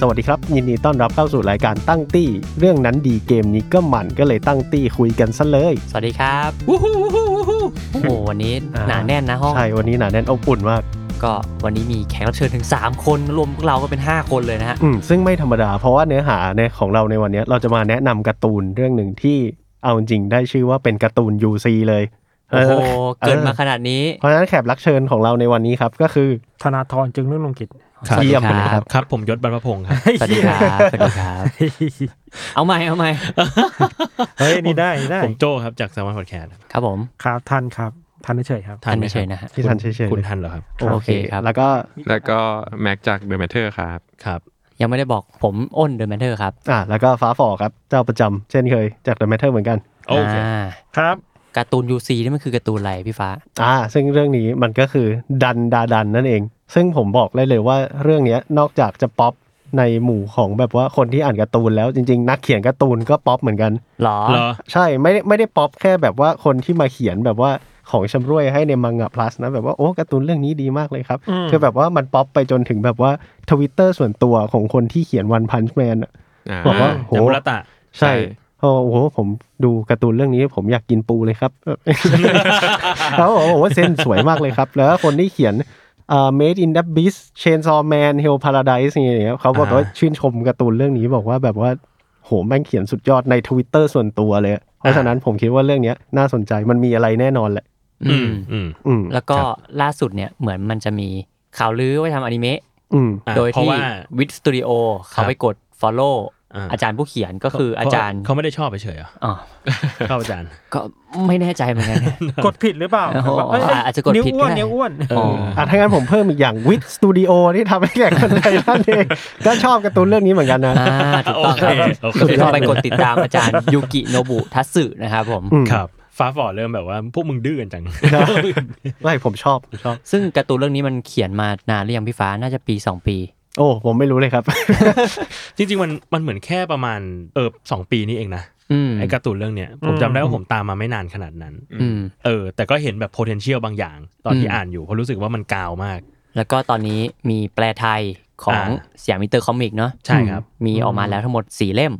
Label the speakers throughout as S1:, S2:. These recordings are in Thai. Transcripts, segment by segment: S1: สวัสดีครับ ยินดีต้อนรับเข้าสู่รายการตั้งตี้ เรื่องนั้นดีเกมนี้ก็มันก็เลยตั้งตี้คุยกันซะเลย
S2: สวัสดีครับ วู้ฮู้วู้ฮู้วู้ฮู้โอ้โหวันนี้
S1: อ่า
S2: หนาแน่นนะห้อง
S1: ใช่วันนี้หนาแน่นอบอุ่นมาก
S2: ก็วันนี้มีแขกรับเชิญถึง 3 คน รวมพวกเราก็เป็น 5 คนเลยนะฮะ
S1: อืมซึ่งไม่ธรรมดา เพราะว่าเนื้อหาในของเราในวันเนี้ยเราจะมาแนะนำการ์ตูนเรื่องหนึ่งที่เอาจริงๆได้ชื่อว่าเป็นการ์ตูน UC เลย
S2: โอ้โห
S1: ออ
S2: เกิดมาขนาดนี้
S1: เพราะฉะนั้นแขกรับเชิญของเราในวันนี้ครับก็คือ
S3: ธนาธรจึงรุ่งเรืองกิจ
S2: สวัสดี
S1: เยี่ยมเลย
S2: ค
S1: ครั
S2: รับ บ
S4: ครับผมยศบรรพพงศ์ครับ
S2: สวัสดีครับสวัสดีครับ เอาใหม่เอาใหม่
S3: เฮ้ย นี่ได้นี่ได้
S4: ผมโจครับจากสมาร์ทพอดแคสต์ครับ
S2: ครับผม
S3: ครับทันครับ ทันเฉยๆครับ
S4: ทันไหม
S2: ไม่
S4: ค
S2: เฉ
S4: รับ
S2: ยนะฮะ
S1: พี่ทันเฉยๆ
S4: คุณ
S1: เลย
S4: ทันเหรอครับ
S2: โอเคครับ
S1: แล้วก็
S5: แล้วก็แม็กจากเดอะแมทเทอร์ครับ
S4: ครับ
S2: ยังไม่ได้บอกผมอ้นเดอะแมทเทอร์ครับ
S1: อ่ะแล้วก็ฟ้าฟอครับเจ้าประจำเช่นเคยจาก The Matter เหมือนกัน
S4: โอเค
S2: อ่า
S3: ครับ
S2: การ์ตูน UC นี่มันคือการ์ตูนอะไรพี่ฟ้า
S1: อ่าซึ่งเรื่องนี้มันก็คือดันดาดันนั่นเอง ซึ่งผมบอกได้เลยว่าเรื่องเนี้ยนอกจากจะป๊อปในหมู่ของแบบว่าคนที่อ่านการ์ตูนแล้วจริงๆ นักเขียนการ์ตูนก็ป๊อปเหมือนกัน
S2: หรอ
S4: เหรอ
S1: ใช่ไม่ได้ไม่ได้ป๊อปแค่แบบว่าคนที่มาเขียนแบบว่าของชำรวยให้ในมังงะพลัสนะแบบว่าโอ้การ์ตูนเรื่องนี้ดีมากเลยครับคือแบบว่ามันป๊อปไปจนถึงแบบว่าทวิตเตอร์ส่วนตัวของคนที่เขียนวันพันช์แมน บอกว่า โห
S4: ยามุระตะ
S1: ใช่
S5: ใช่
S1: โอ้โหผมดูการ์ตูนเรื่องนี้ผมอยากกินปูเลยครับ เขาบอกว่าเส้นสวยมากเลยครับ แล้วก็คนที่เขียนเอ่อ made in the beast chainsaw man hell paradise นี่างเงี้ยเขาบอก
S2: อ่า
S1: ว่าชื่นชมการ์ตูนเรื่องนี้บอกว่าแบบว่าโหแม่งเขียนสุดยอดในทวิตเตอร์ส่วนตัวเลยเพราะฉะนั้นผมคิดว่าเรื่องเนี้ยน่าสนใจมันมีอะไรแน่นอนแหละ
S2: อืม
S4: อืม
S1: อืม
S2: แล้วก็
S1: ครับ
S2: ล่าสุดเนี่ยเหมือนมันจะมีข่าวลือว่าทำอนิเมะ
S1: อืม
S4: อ่ะ
S2: โดย
S4: เพราะ
S2: ที่
S4: ว่า
S2: วิดสตูดิโอ
S4: ค
S2: เขา
S4: รับ
S2: ไปกด Follow
S4: อ่า
S2: อาจารย์ผู้เขียนก็คืออาจารย์
S4: เขาไม่ได้ชอบเฉยๆเหรอ
S2: อ๋อ
S4: ชอบอาจารย์
S2: ก็ไม่แน่ใจเหมือนกัน นะ
S3: กดผิดหรือเปล่า
S2: โอ้โห
S3: เยเย
S2: อาจจะกด
S3: นิ้ว
S2: ผิด
S3: อ้วน
S2: ก็ได้
S3: นิ้วอ้วน
S2: อ๋อ
S1: อ่ะถ้างั้นผมเพิ่มอีกอย่างวิดสตูดิโอที่ทำให้แขกคนไทยท่านเองก็ชอบการ์ตูนเรื่องนี้เหมือนกันนะ
S2: อ่าถูกต้องครับ
S4: โอเค
S2: ก็คือต้องไปกดติดตามอาจารย์ยูกิโนบุทัตสึนะครับผม
S1: อืม
S4: ครับ ฟ้าฝ่อเริ่มแบบว่าพวกมึงดื้อกันจัง
S1: ไม่ผมชอบชอบ
S2: ซึ่งการ์ตูนเรื่องนี้มันเขียนมานานหรือยังพี่ฟ้าน่าจะปี 2 ปี
S1: โอ้ผมไม่รู้เลยครับ
S4: จริงๆมันมันเหมือนแค่ประมาณเออสองปีนี้เองนะ
S2: อืม
S4: ไอการ์ตูนเรื่องเนี้ยผมจำได้ว่าผมตามมาไม่นานขนาดนั้น
S2: อืม
S4: เออ แต่ก็เห็นแบบ potential บางอย่าง ตอนที่
S2: อืม
S4: อ่านอยู่เพราะรู้สึกว่ามันกาวมาก
S2: แล้วก็ตอนนี้มีแปลไทยของ
S4: อ่า
S2: สยามอินเตอร์คอมิกเนาะ
S4: ใช่ครับ
S2: มีออกมาแล้วทั้งหมด 4 เล่ม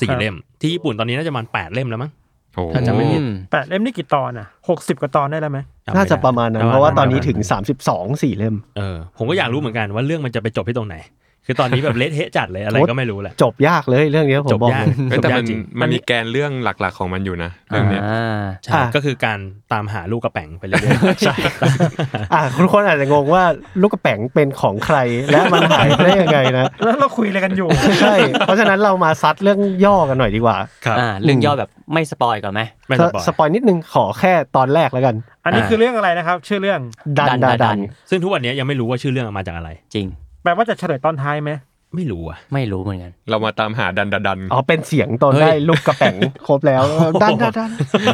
S4: สี่เล่ม ที่ญี่ปุ่นตอนนี้น่าจะประมาณแปดเล่มแล้วมั้ง
S5: โอ้
S4: ถ้าจำไม่ผิด
S2: อืม
S3: แปดเล่มนี่กี่ตอนอ่ะหกสิบกว่าตอนได้แล้วไหม
S1: น่าจะประมาณนั้นเพราะว่าตอนนี้
S4: ประมณ
S1: ถึง 32 สี่เล่ม
S4: เออผมก็อยากรู้เหมือนกันว่าเรื่องมันจะไปจบที่ตรงไหน คือตอนนี้แบบ เละเทะจัดเลยอะไรก็ไม่รู้แหละ
S1: จบยากเลยเรื่องเนี้ยผม
S4: จบ
S1: บอก
S4: ยาก
S1: เลย
S5: เอ้ยแต่มั
S4: จ
S5: น
S4: บยากจริง
S5: มันมีแกนเรื่องหลักๆของมันอยู่นะเรื่องเนี้ย
S2: อ่า
S4: ใช่ก็คือการตามหาลูกกระแป๋งไปเรื่อยๆใช่
S1: อ่ะคุณคนอาจจะงงว่าลูกกระแป๋งเป็นของใครและมันหายไปได้ยังไงนะ
S3: แล้วเราคุยอะไรกันอยู่
S1: ใช่เพราะฉะนั้นเรามาซัดเรื่องย่อกันหน่อยดีกว่า
S4: ครับ
S2: อ่าเรื่องย่อแบบไม่สปอยก่อนไหม
S4: ไม่สปอย
S1: สปอยนิดนึงขอแค่ตอนแรกแล้วกัน
S3: อันนี้คือเรื่องอะไรนะครับ ชื่อเรื่อง
S1: ดัน
S2: ดั
S1: ดั
S2: น
S1: น
S2: ดั
S1: ดั
S2: น
S1: น
S4: ซึ่งทุกวันนี้ยังไม่รู้ว่าชื่อเรื่องมาจากอะไร
S2: จริง
S3: แปลว่าจะเฉลยตอนท้ายไหม
S4: ไม่รู้อ่ะ
S2: ไม่รู้เหมือนกัน
S5: เรามาตามหาดันดาดัน
S1: อ๋อเป็นเสียงตอน
S2: เฮ้ย
S1: ได้ลูกกระแป๋งครบแล้วดันดันดัน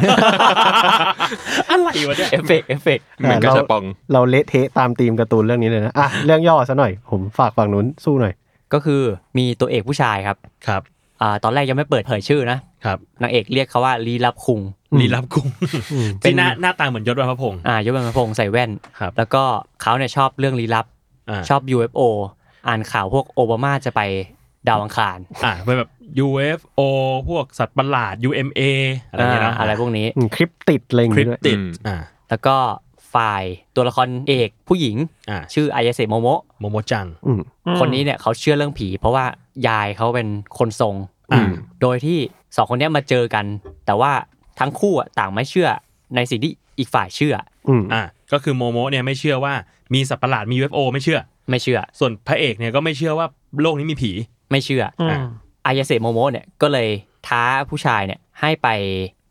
S4: อะไรวะเนี่ย
S2: เอฟเฟกต์เอฟเฟกต์
S5: เหมือนกระชบปอง
S1: เราเละเทะตามธีมการ์ตูนเรื่องนี้เลยนะอ่ะเรื่องย่อซะหน่อยผมฝากฝั่งนู้นสู้หน่อย
S2: ก็คือมีตัวเอกผู้ชายครับ
S4: ครับ
S2: อ่าตอนแรกยังไม่เปิดเผยชื่อนะครับนางเอกเรียกเขาว่าลีลับคุง
S4: ลีลับกุ้ง
S2: เป็
S4: เป็น
S2: น
S4: หน้าหน้าตาเหมือนยศวัฒพงศ์
S2: อ่ายศบรรพพงศ์ใส่แว่น
S4: ครับ
S2: แล้วก็เขาเนี่ยชอบเรื่องลี้ลับ
S4: อ่า
S2: ชอบ UFO อ่านข่าวพวกโอบามาจะไปดาวอังคาร
S4: อ่าเป็นแบบ UFO พวกสัตว์ประหลาด UMA อะไรอย่างเงี้ย
S2: อ่า
S4: นะ
S2: อะไรพวกนี้
S1: อืมคลิปติดอะไรอย่าง
S4: คริป
S1: เงี้ด้วย
S4: ติด
S5: อืม
S4: อ่า
S2: แล้วก็ฝ่ายตัวละครเอกผู้หญิง
S4: อ่า
S2: ชื่ออายาเซโมโมะ
S4: โมโมจัง
S1: อืม
S3: อืม
S2: คนนี้เนี่ยเขาเชื่อเรื่องผี เพราะว่ายายเขาเป็นคนทรง
S4: อ่า
S2: โดยที่สองคนเนี้ยมาเจอกัน แต่ว่าทั้งคู่อะต่างไม่เชื่อในสิ่งที่อีกฝ่ายเชื่อ
S1: อืม
S4: อ่าก็คือโมโมเนี่ยไม่เชื่อว่ามีสัตว์ประหลาดมี UFO ไม่เชื่อ
S2: ไม่เชื่อ
S4: ส่วนพระเอกเนี่ยก็ไม่เชื่อว่าโลกนี้มีผี
S2: ไม่เชื่ออ
S3: อืม
S2: อายาเซโมโมะเนี่ยก็เลยท้าผู้ชายเนี่ยให้ไป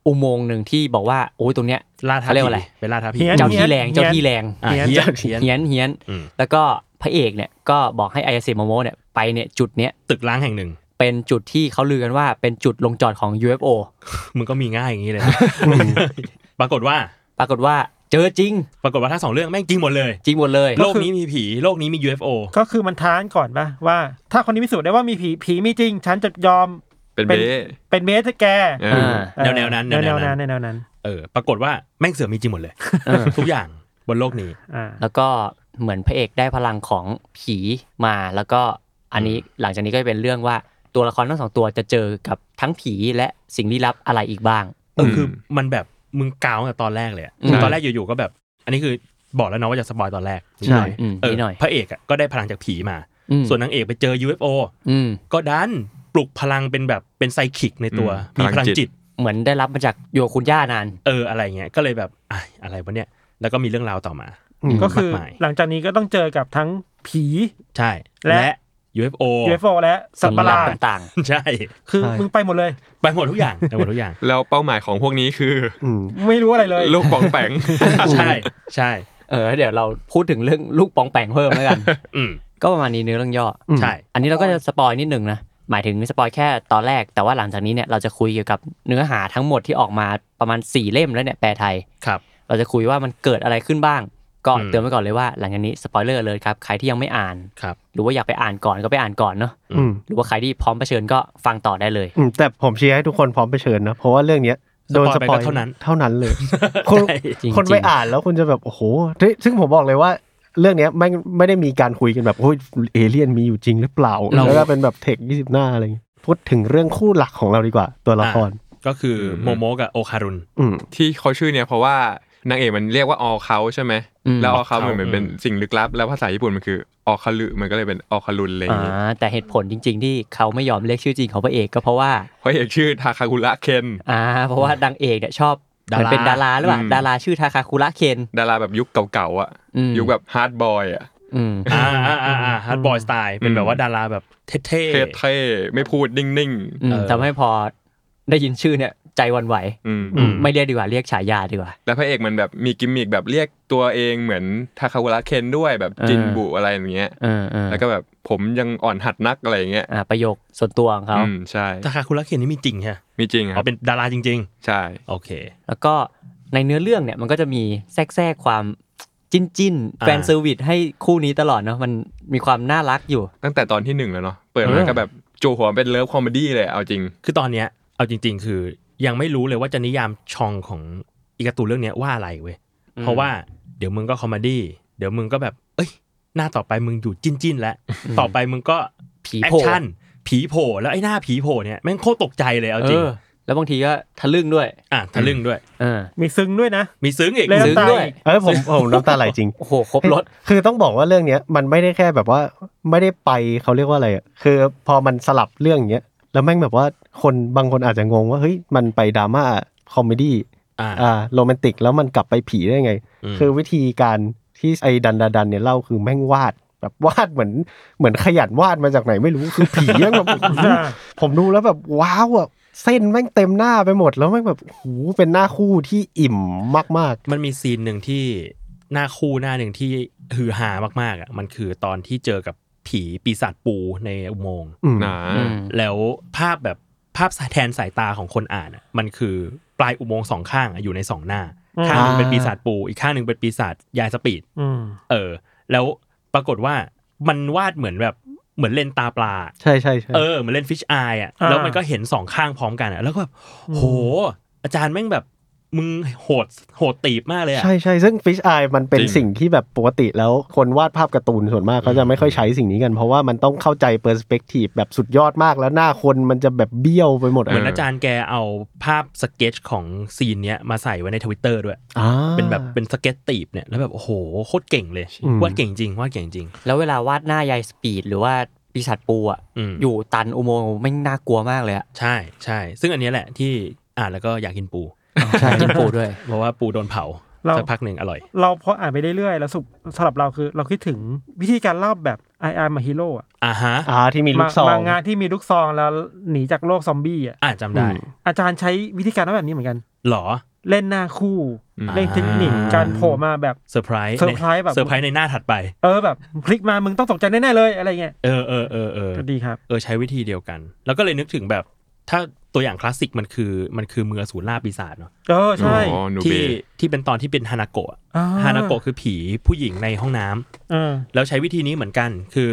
S2: อุโมงค์หนึ่งที่บอกว่าโอ้ยตรงเนี้ย
S4: ล่าท้า
S2: เขาเรียก
S4: ผี
S2: ว่าอะไร
S4: เป็นล่าท้าผี
S3: หี้ยน
S2: เจ้าที่
S3: หี้ยน
S2: แรงเจ้าที่แรง
S4: อ่ะ
S3: หี้ยน
S4: เฮียนเฮียน
S2: เฮี้ยนเฮี้ยน
S4: อืม
S2: แล้วก็พระเอกเนี่ยก็บอกให้อายาเซโมโมะเนี่ยไปเนี่ยจุดเนี้ย
S4: ตึกล้างแห่งหนึ่ง
S2: เป็นจุดที่เขาลือกันว่าเป็นจุดลงจอดของ UFO
S4: มึงก็มีง่ายอย่างนี้เลยนะปรากฏว่า
S2: ปรากฏว่า เจอจริง
S4: ปรากฏว่าทั้งสองเรื่องแม่งจริงหมดเลย
S2: จริงหมดเลย
S4: โลกนี้มีผี โลกนี้มี UFO
S3: ก็คือมันท้านก่อนปะว่า ถ้าคนนี้พิสูจน์ได้ว่ามีผีผีมีจริง ฉันจะยอม
S5: เป็นเบ้
S3: เป็นเมสแก
S5: เออ
S2: อ่า
S3: เออ
S4: แนวๆนั้น
S3: แนว
S4: แนวๆ
S3: ๆ
S4: นั้
S3: นั้น
S4: น
S3: แนวๆนั้น
S4: เออ ปรากฏว่าแม่งเสือมีจริงหมดเลย
S2: เออ
S4: ทุกอย่างบนโลกนี้
S3: อ่า
S2: แล้วก็เหมือนพระเอกได้พลังของผีมาแล้วก็อันนี้หลังจากนี้ก็จะเป็นเรื่องว่าตัวละครทั้งสองตัวจะเจอกับทั้งผีและสิ่งลี้ลับอะไรอีกบ้าง
S4: เออคือ
S5: อืม
S4: มันแบบมึงกาวตั้งแต่ตอนแรกเลยอะ
S2: อืม
S4: ตอนแรกอยู่ๆก็แบบ อันนี้คือบอกแล้วเนาะว่าจะสปอยตอนแรกนิด
S1: ใช่
S4: หน่อย
S2: อืม
S4: เออ
S2: นิดหน่อย
S4: พระเอกอะก็ได้พลังจากผีมา
S2: อืม
S4: ส่วนนางเอกไปเจอ UFO
S2: อืม
S4: ก็ดันปลุกพลังเป็นแบบเป็นไซคิกในตัว
S5: อืม
S4: มี
S5: พ
S4: พ
S5: ลั
S4: ลั
S5: ง
S4: ง
S5: จิต
S4: จิต
S2: เหมือนได้รับมาจากโยคุณย่านาน
S4: เอออะไรเงี้ยก็เลยแบบอ่ะอะไรวะเนี่ยแล้วก็มีเรื่องราวต่อมา
S1: อืม
S3: ก็คือ
S4: มากมาย
S3: หลังจากนี้ก็ต้องเจอกับทั้งผี
S4: ใช่
S3: และ
S4: UFO
S3: UFO และสัต
S2: ง
S3: ว์ป
S2: ลี้
S3: ระหลาด
S2: ต่าง
S4: ใช่
S3: คือ
S1: ใช่
S3: มึงไปหมดเลย
S4: ไปหมดทุกอย่างไปหมดทุกอย่าง
S5: แล้วเป้าหมายของพวกนี้คือ
S1: อืม
S3: ไม่รู้อะไรเลย
S5: ลูกปองแปง
S4: ใช่ใช่
S2: ๆ เออ เดี๋ยวเราพูดถึงเรื่องลูกปองแปงเพิ่มแล้วกัน
S4: อืม
S2: ก็ประมาณนี้เนื้อเรื่องย่ออ
S4: ใช่
S2: อันนี้เราก็จะสปอยนิดหนึ่งนะ หมายถึงสปอยแค่ตอนแรก แต่ว่าหลังจากนี้เนี่ยเราจะคุยเกี่ยวกับเนื้อหาทั้งหมดที่ออกมาประมาณ 4 เล่มแล้วเนี่ยแปลไทย
S4: ครับ
S2: เราจะคุยว่ามันเกิดอะไรขึ้นบ้าง ก็
S4: อืม
S2: เตือนไว้ก่อนเลยว่าหลังจากนี้สปอยเลอร์เลยครับ ใครที่ยังไม่อ่าน
S4: ครับ
S2: หรือว่าอยากไปอ่านก่อนก็ไปอ่านก่อนเนาะ
S1: อืม
S2: หรือว่าใครที่พร้อมเผชิญก็ฟังต่อได้เลย
S1: อืมแต่ผมเชียร์ให้ทุกคนพร้อมไปเชิญนะ เพราะว่าเรื่องเนี้ยโดน
S4: ส
S1: ส
S4: ป
S1: ป
S4: อ
S1: อย
S4: ไปก็
S1: ย
S4: เท่านั้น
S1: เท่านั้น เลย คน
S2: จริงๆ
S1: คนไปอ่านแล้วคุณจะแบบ โอ้โหเฮ้ยซึ่งผมบอกเลยว่า เรื่องเนี้ยไม่ไม่ได้มีการคุยกันแบบโอ้ยเอเลี่ยนมีอยู่จริงหรือเปล่า
S4: เรา
S1: แล้วก็เป็นแบบเทคยี่สิบหน้าอะไรอย่างเงี้ยพูดถึงเรื่องคู่หลักของเราดีกว่า ตัวละคร
S4: ก็คือ
S5: อืม
S4: โมโมกับโอคารุน
S1: อืม
S5: ที่เขาชื่อเนี่ยเพราะว่านางเอกมันเรียกว่าออเขาใช่ไหม
S2: อืม
S5: แล้วออเขาเหมือน
S4: อืม
S5: เป็นสิ่งลึกลับ แล้วภาษาญี่ปุ่นมันคือออคาลุมันก็เลยเป็นออคารุนอะไรอย่าง
S2: อ่า
S5: งี้
S2: แต่เหตุผลจริง ๆ ที่เขาไม่ยอมเรียกชื่อจริงของพระเอกก็เพราะว่า
S5: เพราะเอกชื่อทาคากุระเคน
S2: อ่า เพราะว่านางเอกเนี่ยชอบ
S4: ดารา
S2: เหมือนเป็นดาราหรือเปล่า
S5: อืม
S2: ดาราชื่อทาคาคุระเคน
S5: ดาราแบบยุคเก่าๆอ่ะ
S2: อืม
S5: ยุคแบบฮาร์ดบอยอ่ะ
S2: อืม
S4: อ่าอ่าอ่าอ่าฮาร์ดบอยสไตล์เป็นแบบว่าดาราแบบเท่
S5: เท่ๆไม่พูดนิ่ง
S2: อืมทำให้พอได้ยินชื่อเนี่ยใจหวันไหว
S5: ๆอืม
S4: ๆอืม
S2: ไม่เรียกดีกว่าเรียกฉายาดีกว่า
S5: แล้วพระเอกมันแบบมีกิมมิกแบบเรียกตัวเองเหมือนทาคากุระเคนด้วยแบบจินบุอะไรอย่างเงี้ย
S2: เออเออ
S5: แล้วก็แบบผมยังอ่อนหัดนักอะไรอย่างเงี้ย
S2: อ่าประโยคส่วนตัวของเขา
S5: อืมใช่
S4: ทาคาคุระเคนนี่มีจริงฮะ
S5: มีจริงค
S4: อ๋
S5: รั
S4: อบ เป็นดาราจริง
S5: ใช่
S4: ๆ โอเค
S2: แล้วก็ในเนื้อเรื่องเนี่ยมันก็จะมีแทรกแทรกความจิ้นจิ้นๆ
S4: อ่า
S2: แฟนเซอร์วิสให้คู่นี้ตลอดเนาะมันมีความน่ารักอยู่
S5: ตั้งแต่ตอนที่หนึ่งแล้วเนาะเปิดมาก็แบบจูหัวเป็นเลิฟคอมเมดี้เลยเอาจริง
S4: คือตอนเนี้ยเอาจริง ๆ คือยังไม่รู้เลยว่าจะนิยามชองของอีการ์ตูนเรื่องเนี้ยว่าอะไรเว้ยเพราะว่าเดี๋ยวมึงก็คอมเมดี้เดี๋ยวมึงก็แบบเอ้ย หน้าต่อไปมึงอยู่จิ้นจิ้นๆแล้ว
S2: อืม
S4: ต่อไปมึงก็
S2: ผี
S4: แอ
S2: โผ
S4: ค
S2: ล่
S4: ชั่นผีโผล่แล้วไอ้หน้าผีโผล่เนี่ยแม่งโคตรตกใจเลยเอาจริง
S2: เออแล้วบางทีก็ทะลึ่งด้วย
S4: อ่ะทะลึ่งด้วย
S2: เออ
S3: มีซึ้งด้วยนะ
S4: มีซึ้งอีก
S3: เล่น
S2: ซึ้งด้วย
S1: เออผมผมน้ำตาไหลจริง
S2: โอ้โหครบรถ
S1: คือต้องบอกว่าเรื่องเนี้ยมันไม่ได้แค่แบบว่าไม่ได้ไปเขาเรียกว่าอะไรอะคือพอมันสลับเรื่องเนี้ยแล้วแม่งแบบว่าคนบางคนอาจจะงงว่าเฮ้ยมันไปดราม่าคอมเมดี้
S4: อ่า
S1: อ่าโรแมนติกแล้วมันกลับไปผีได้ไง
S4: อืม
S1: คือวิธีการที่ไอ้ดันดาดันเนี่ยเล่าคือแม่งวาดแบบวาดเหมือนเหมือนขยันวาดมาจากไหนไม่รู้คือผีแม่งแบบ ผมดูแล้วแบบว้าวอะเส้นแม่งเต็มหน้าไปหมดแล้วแม่งแบบหูเป็นหน้าคู่ที่อิ่มมาก
S4: มันมีซีนหนึ่งที่หน้าคู่หน้าหนึ่งที่ฮือฮามากๆอ่ะมันคือตอนที่เจอกับผีปีศาจปูในอุโมงค์
S1: ๆอืม
S5: หนา
S2: อืม
S4: แล้วภาพแบบภาพแทนสายตาของคนอ่านอะมันคือปลายอุโมงค์สองข้างอะอยู่ในสองหน้า
S3: อืม
S4: ข้างหนึ่งเป็น
S1: อ่า
S4: ปีศาจปู อีกข้างหนึ่งเป็นปีศาจยายสปีด
S3: อืม
S4: เออ แล้วปรากฏว่ามันวาดเหมือนแบบเหมือนเลนส์ตาปลา
S1: ใช่ใช่ใช่
S4: เออเหมือนเลนฟิชอายอ่ะแล้วมันก็เห็นสองข้างพร้อมกันอ่ะแล้วก็แบบโห อาจารย์แม่งแบบมึงโหดโหดตีบมากเลยอ่ะ
S1: ใช่ใช่ซึ่งฟิชอ y e มันเป็น
S5: จริง
S1: สิ่งที่แบบปกติแล้วคนวาดภาพการ์ตูนส่วนมากเขาจะไม่ค่อยใช้สิ่งนี้กัน เพราะว่ามันต้องเข้าใจเปอร์สเปกทีฟแบบสุดยอดมากแล้วหน้าคนมันจะแบบเบี้ยวไปหมด
S4: เหมือน
S5: เ
S4: อาจารย์แกเอาภาพสเก็ตช์ของซีนเนี้ยมาใส่ไว้ในทวิตเตอร์ด้วย
S1: อ่า
S4: เป็นแบบเป็นสเก็ตตีบเนี่ยแล้วแบบโอ้โหโคตรเก่งเลย
S1: อืม
S4: วาดเก่งจริงวาดเก่งจริง
S2: แล้วเวลาวาดหน้ายายสปีดหรือว่าปีศาจปูอ่ะ
S4: อืม
S2: อยู่ตันอุโมงค์ไม่งน่ากลัวมากเลยอะ
S4: ใช่ใช่ ซึ่งอันเนี้ยแหละที่อ่านแล้วก็อยากกินปู
S2: ใช่กินปูด้วย
S4: เพราะว่าปูโดนเผา
S3: เรา
S4: สักพักหนึ่งอร่อย
S3: เราพออ่านไปเรื่อยๆแล้วสุดสำหรับเราคือ เราคิดถึงวิธีการเล่าแบบ I am a hero อะ
S4: อ่าฮะ
S1: อ่าที่มีลูกซอง
S3: มางานที่มีลูกซองแล้วหนีจากโลกซอมบี้อ่ะ
S4: อ่านจำได้
S1: อืม
S3: อาจารย์ใช้วิธีการเล่าแบบนี้เหมือนกัน
S4: หรอ
S3: เล่นหน้าคู่
S5: อืม
S3: เล่นเทคนิค
S4: อ่า
S3: การโผล่มาแบบ
S4: เซอร์ไพรส์
S3: เซอร์ไพรส์แบบ
S4: เซอร์ไพรส์ในหน้าถัดไป
S3: เออแบบพลิกมามึงต้องตกใจแน่ๆเลยอะไรเงี้ย
S4: เออเออเออเออ
S3: ก็ดีครับ
S4: เออใช้วิธีเดียวกัน แล้วก็เลยนึกถึงแบบ ถ้า ตัวอย่างคลาสสิกมันคือมันคือมืออสูรล่าปีศาจเนาะ
S3: เออใช่
S5: อ๋อหนูเบ
S4: ที่ที่เป็นตอนที่เป็นฮานาโกะ
S3: อ่
S4: ฮานาโกะคือผีผู้หญิงในห้องน้ำ
S3: เออ
S4: แล้วใช้วิธีนี้เหมือนกัน คือ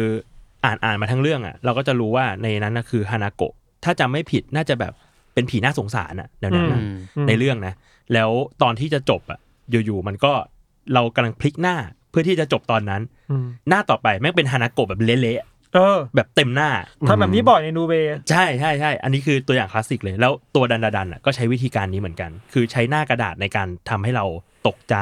S4: อ่านอ่านมาทั้งเรื่องอ่ะ เราก็จะรู้ว่าในนั้นนะคือฮานาโกะถ้าจำไม่ผิดน่าจะแบบเป็นผีน่าสงสารอ่ะแนวนั้น
S2: อื
S4: น่ะ
S2: ม
S4: ในเรื่องนะ แล้วตอนที่จะจบอ่ะ อยู่ๆมันก็เรากำลังพลิกหน้าเพื่อที่จะจบตอนนั้น
S3: อืม
S4: หน้าต่อไปแม่งเป็นฮานาโกะแบบเละ
S3: เออ
S4: ๆแบบเต็มหน้า
S3: ทำแบบนี้บ่อยในนูเบย์
S4: ใช่ใช่ใช่อันนี้คือตัวอย่างคลาสสิกเลย แล้วตัวดันดาดันอ่ะก็ใช้วิธีการนี้เหมือนกัน คือใช้หน้ากระดาษในการทำให้เราตกใจ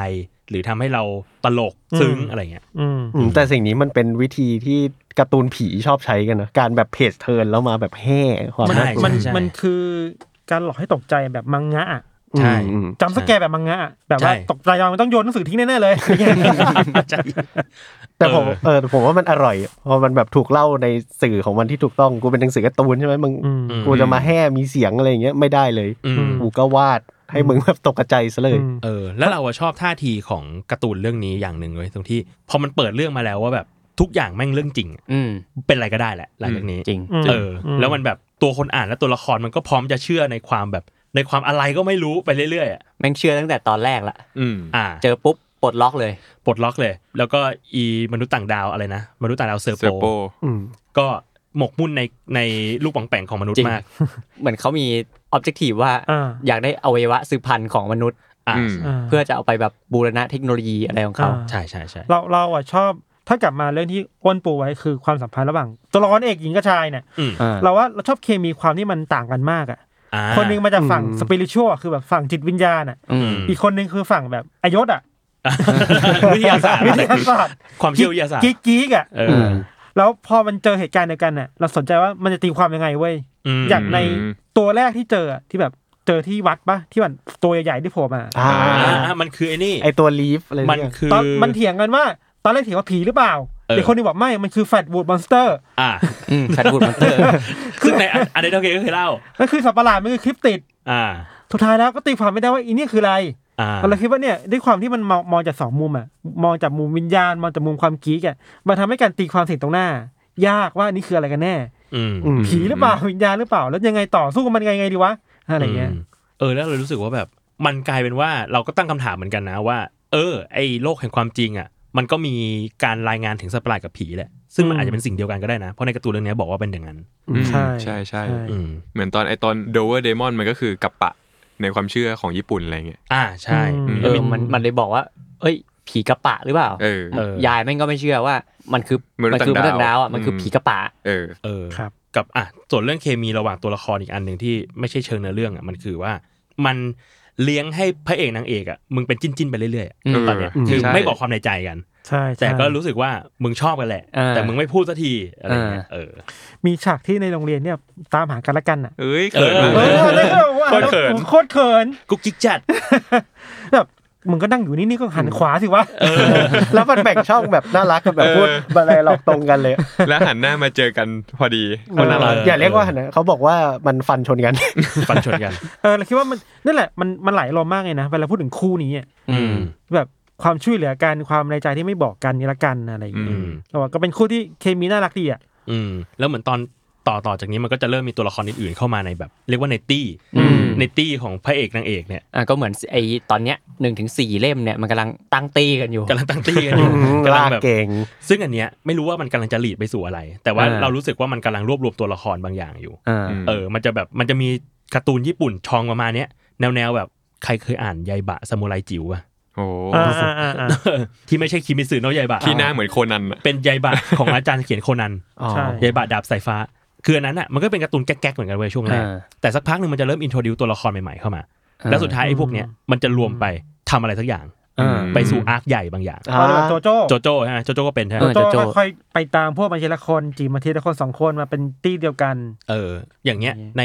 S4: หรือทำให้เราตลกซึ้งอะไรเงี้ย
S3: อืม
S1: อืมแต่สิ่งนี้มันเป็นวิธีที่การ์ตูนผีชอบใช้กันนะการแบบเพจเทิร์นแล้วมาแบบแห่ความ
S3: มัน
S4: ใช่
S1: น่ากลัว
S3: มัน
S4: ใช่
S3: มันคือการหลอกให้ตกใจแบบมังงะอะ
S4: ใช่
S1: อืม
S3: จำสแกร์แบบมังงะอะแบบว่า
S4: ใช่
S3: ตกใจมันต้องโยนหนังสือทิ้งแน่ๆเลย
S4: ใช่
S1: แต่ผม
S4: เออ
S1: เออแต่ผมว่ามันอร่อยพอมันแบบถูกเล่าในสื่อของมันที่ถูกต้องกูเป็นหนังสือการ์ตูนใช่ไหมมึง
S3: อืม
S1: กูจะมาแห่มีเสียงอะไรอย่างเงี้ยไม่ได้เลย
S4: อืม
S1: กูก็วาดให้มึงแบบตกใจซะเลย
S4: เออแล้วเราอะชอบท่าทีของการ์ตูนเรื่องนี้อย่างหนึ่งเลยตรงที่พอมันเปิดเรื่องมาแล้วว่าแบบทุกอย่างแม่งเรื่องจริงอะ
S2: อืม
S4: เป็นอะไรก็ได้แหละหลังจากนี้
S2: จริง
S3: อืม
S4: เออ
S3: ม
S4: แล้วมันแบบตัวคนอ่านและตัวละครมันก็พร้อมจะเชื่อในความแบบในความอะไรก็ไม่รู้ไปเรื่อยๆอะ
S2: แม่งเชื่อตั้งแต่ตอนแรกละ
S5: อืม
S4: อ่า
S2: เจอปุ๊บปลดล็อกเลย
S4: ปลดล็อกเลย แล้วก็อีมนุษย์ต่างดาวอะไรนะ มนุษย์ต่างดาวเซอร์
S5: เซอร์
S4: โป
S5: โป
S1: อืม
S4: ก็หมกมุ่นในในลูกปองแปงของมนุษ
S2: จริ
S4: ย์
S2: ง
S4: มาก
S2: เหมือนเขามีออบเจกตีว่า
S3: อ่า
S2: อยากได้อวัยวะสืบพันธุ์ของมนุษย์
S4: อ่า
S5: อืม
S3: า
S2: เพื่อจะเอาไปแบบบูรณะเทคโนโลยีอะไรของเขา
S3: อ่า
S4: ใช่ใช่ใช่
S3: เราเราอ่ะชอบถ้ากลับมาเรื่องที่อ้วนปูไว้คือความสัมพันธ์ระหว่างตัวละครเอกหญิงกับชายเนี่ย
S4: อืม
S2: อ่า
S3: เราว่าเราชอบเคมีความที่มันต่างกันมากอ่ะ
S4: อ่า
S3: คนหนึงมาจากฝั่งสปิริชวลคือแบบฝั่งจิตวิญญาณอ่ะ
S2: อืม
S4: ม
S3: อีกคนหนึงคือฝั่งแบบอายศอ่ะ
S4: วิทยาศาสตร์
S3: วิทยาศาสตร์
S4: ความเชี่ยววิทยาศาสตร์
S3: กิ๊กกิ๊กอ่ะ
S4: เออ
S3: แล้วพอมันเจอเหตุการณ์เดียวกันอ่ะเราสนใจว่ามันจะตีความยังไงเว้ย
S4: ม
S3: อย่างใน
S5: อืม
S3: ตัวแรกที่เจออะที่แบบเจอที่วัดปะที่มันตัวใหญ่ๆที่โผล่มา
S1: อ่า
S4: อ่าอ่ามันคือไอ้นี่
S1: ไอตัวลีฟอะไร
S4: มัน
S1: เนี่ย
S4: คือ
S3: ตอนมันเถียงกันว่า ตอนแรกเถียงว่าผีหรือเปล่า
S4: เออ
S3: เด็กคนหนึงบอกไม่มันคือแฟตบูดมอนสเตอร์
S4: อ่า
S2: อืมแฟนบูดมันเตอร์
S4: ซึ่งใน อันเดอร์เกก็เคยเล่า
S3: นั่นคือสัตว์ประหลาดมันคือคลิปติด
S4: อ่า
S3: สุดท้ายแล้วก็ตีความไม่ได้ว่าอีเนี่ยคืออะไร
S4: อ่า
S3: เราเลยคิดว่าเนี่ยด้วยความที่มันมองมองจากสองมุมอะมองจากมุมวิญญาณมองจากมุมความกิ๊กอะมันทำให้การตีความสิ่งตรงหน้า ยากว่าอันนี่คืออะไรกันแน่
S4: อืม
S1: ม
S3: ผีหรือเปล่าวิญญาณหรือเปล่า แล้วยังไงต่อสู้กับมันยังไงไงดีวะอะไรเงี้ย
S4: มเออแล้วเรารู้สึกว่าแบบมันกลายเป็นว่าเราก็ตั้งคำถามเหมือนกันนะว่า เออ ไอ้โลกแห่งความจริงอ่ะ มันก็มีการรายงานถึงสัตว์ประหลาดกับผีแหละซึ่งมัน
S3: อืม
S4: อาจจะเป็นสิ่งเดียวกันก็ได้นะ เพราะในการ์ตูนเรื่องนี้บอกว่าเป็นอย่างนั้น
S5: อืม
S3: ใช่
S5: ใช่ใช่
S4: อืม
S5: เหมือนตอนไอตอนเดเวอร์เดมอนมันก็คือกัปปะในความเชื่อของญี่ปุ่นอะไรเงี้ย
S4: อ่าใช่
S3: อืม
S2: เออมันมันเลยบอกว่า เอ้ย ผีกระปะหรือเปล่า
S5: เออ
S4: เออย
S2: ายแม่งก็ไม่เชื่อว่ามันคือ
S5: มนุษย์
S2: มัคืมนุษย์
S5: ต่า
S2: ต่าง ง
S5: ดา
S2: ดาว วอ่ะมันคืออ
S5: ม
S2: ผีกระปะ
S5: เออ
S4: เออ
S3: ครับ
S4: กับอ่ะส่วนเรื่องเคมีระหว่างตัวละครอีกอันหนึ่งที่ไม่ใช่เชิงเนื้อเรื่องอ่ะมันคือว่า มันเลี้ยงให้พระเอกนางเอกอ่ะมึงเป็นจิ้นจิ้นๆไปเรื่อยๆอะ
S2: อืม
S4: ตอนเนี้ย
S5: อืม
S4: คือ
S5: ใช่
S4: ไม่บอกความในใจกัน
S3: ใช่
S4: แต่
S3: ใช่
S4: ก็รู้สึกว่ามึงชอบกันแหละ
S2: อ่า
S4: แต่มึงไม่พูดสักทีอะไรเงี้ยเออ
S3: มีฉากที่ในโรงเรียนเนี่ยตามหากันและกันอ่ะ
S5: เอ้ยเขินมาก
S3: เอ
S4: เออ
S3: อ
S5: เลย
S3: แล้วก็แบบว่า
S5: โคตรเขิน
S3: โคตรเขิน
S4: กุ๊กกิ๊กจัด
S3: แบบมึงก็นั่งอยู่นี่นี่ก็หันขวาสิวะ
S1: แล้วมันแบ่งช่องแบบน่ารักกับแบบพูดอะไรหลอกตรงกันเลย
S5: แล้วหันหน้ามาเจอกันพอดี
S4: มันน่ารัก
S1: เอออย่าเรียกว่านะเขาบอกว่ามันฟันชนกัน
S4: ฟันชนกัน
S3: เออเราคิดว่ามันนั่นแหละมันมันหลายรอบมากเลยนะเวลาพูดถึงคู่นี้อะ
S4: อืม
S3: แบบความช่วยเหลือกันความในใจที่ไม่บอกกันนี่ละกันอะไรอย่างเงี้ย
S4: อืม
S3: แต่ว่าก็เป็นคู่ที่เคมีน่ารักดีอ่ะ
S4: อืมแล้วเหมือนตอนต่อต่อจากนี้มันก็จะเริ่มมีตัวละครอื่นๆเข้ามาในแบบ เรียกว่าในตี้
S2: อืม
S4: ในตี้ของพระเอกนางเอกเนี่ย
S2: อ่ะก็เหมือนไอ้ตอนเนี้ยหนึ่งถึงสี่เล่มเนี่ยมันกำลังตั้งตีกันอยู่
S4: กำลังตั้งตี้กันอยู่กำลั
S1: ลาก
S4: แบบ
S1: เก่ง
S4: ซึ่งอันเนี้ยไม่รู้ว่ามันกำลังจะหลีดไปสู่อะไร แต่ว่า
S2: อ่า
S4: เรารู้สึกว่ามันกำลังรวบรวมตัวละครบางอย่างอยู่
S2: อ่า
S4: เออ มันจะแบบมันจะมีการ์ตูนญี่ปุ่นชองประมาณเนี้ยแนวแนวๆแบบใครเคยอ่านยายบะซามูไรจิ๋วอะ
S5: โอ้โห
S3: อ่าอ่าอ่าอ่า
S4: ที่ไม่ใช่คิมิสึโนะยายบะ
S5: ที่หน้าเหมือนโคนันอะ
S4: เป็นยายบะของอาจารย์เขียนโคนัน
S3: ใช่
S4: ยายบะดาบสายฟ้า คืออันนั้นอ่ะมันก็เป็นการ์ตูนแก๊กๆเหมือนกันเว้ยช่วงแรก
S2: อ่า
S4: แต่สักพักหนึ่งมันจะเริ่มอินโทรดิวตัวละครใหม่ๆเข้ามา แล้วสุดท้ายไอ้พวกเนี้ยมันจะรวมไปทำอะไรสักอย่าง
S2: อ่า
S5: อืม
S4: ไปสู่อาร์คใหญ่บางอย่าง
S1: อ่า
S3: เอาเลยแบบโจโจ้
S4: โจโจ้ใช่ไหมโจโจ้ก็เป็นใช่ไห
S2: เอ
S4: ม
S2: อ
S3: โจ
S2: โจ
S3: โจ้
S2: โจ้
S3: ค่อยๆไปตามพวกมาทีละคนจีบมาทีละคนสองคนมาเป็นตี้เดียวกัน
S4: เออ อย่างเงี้ยใน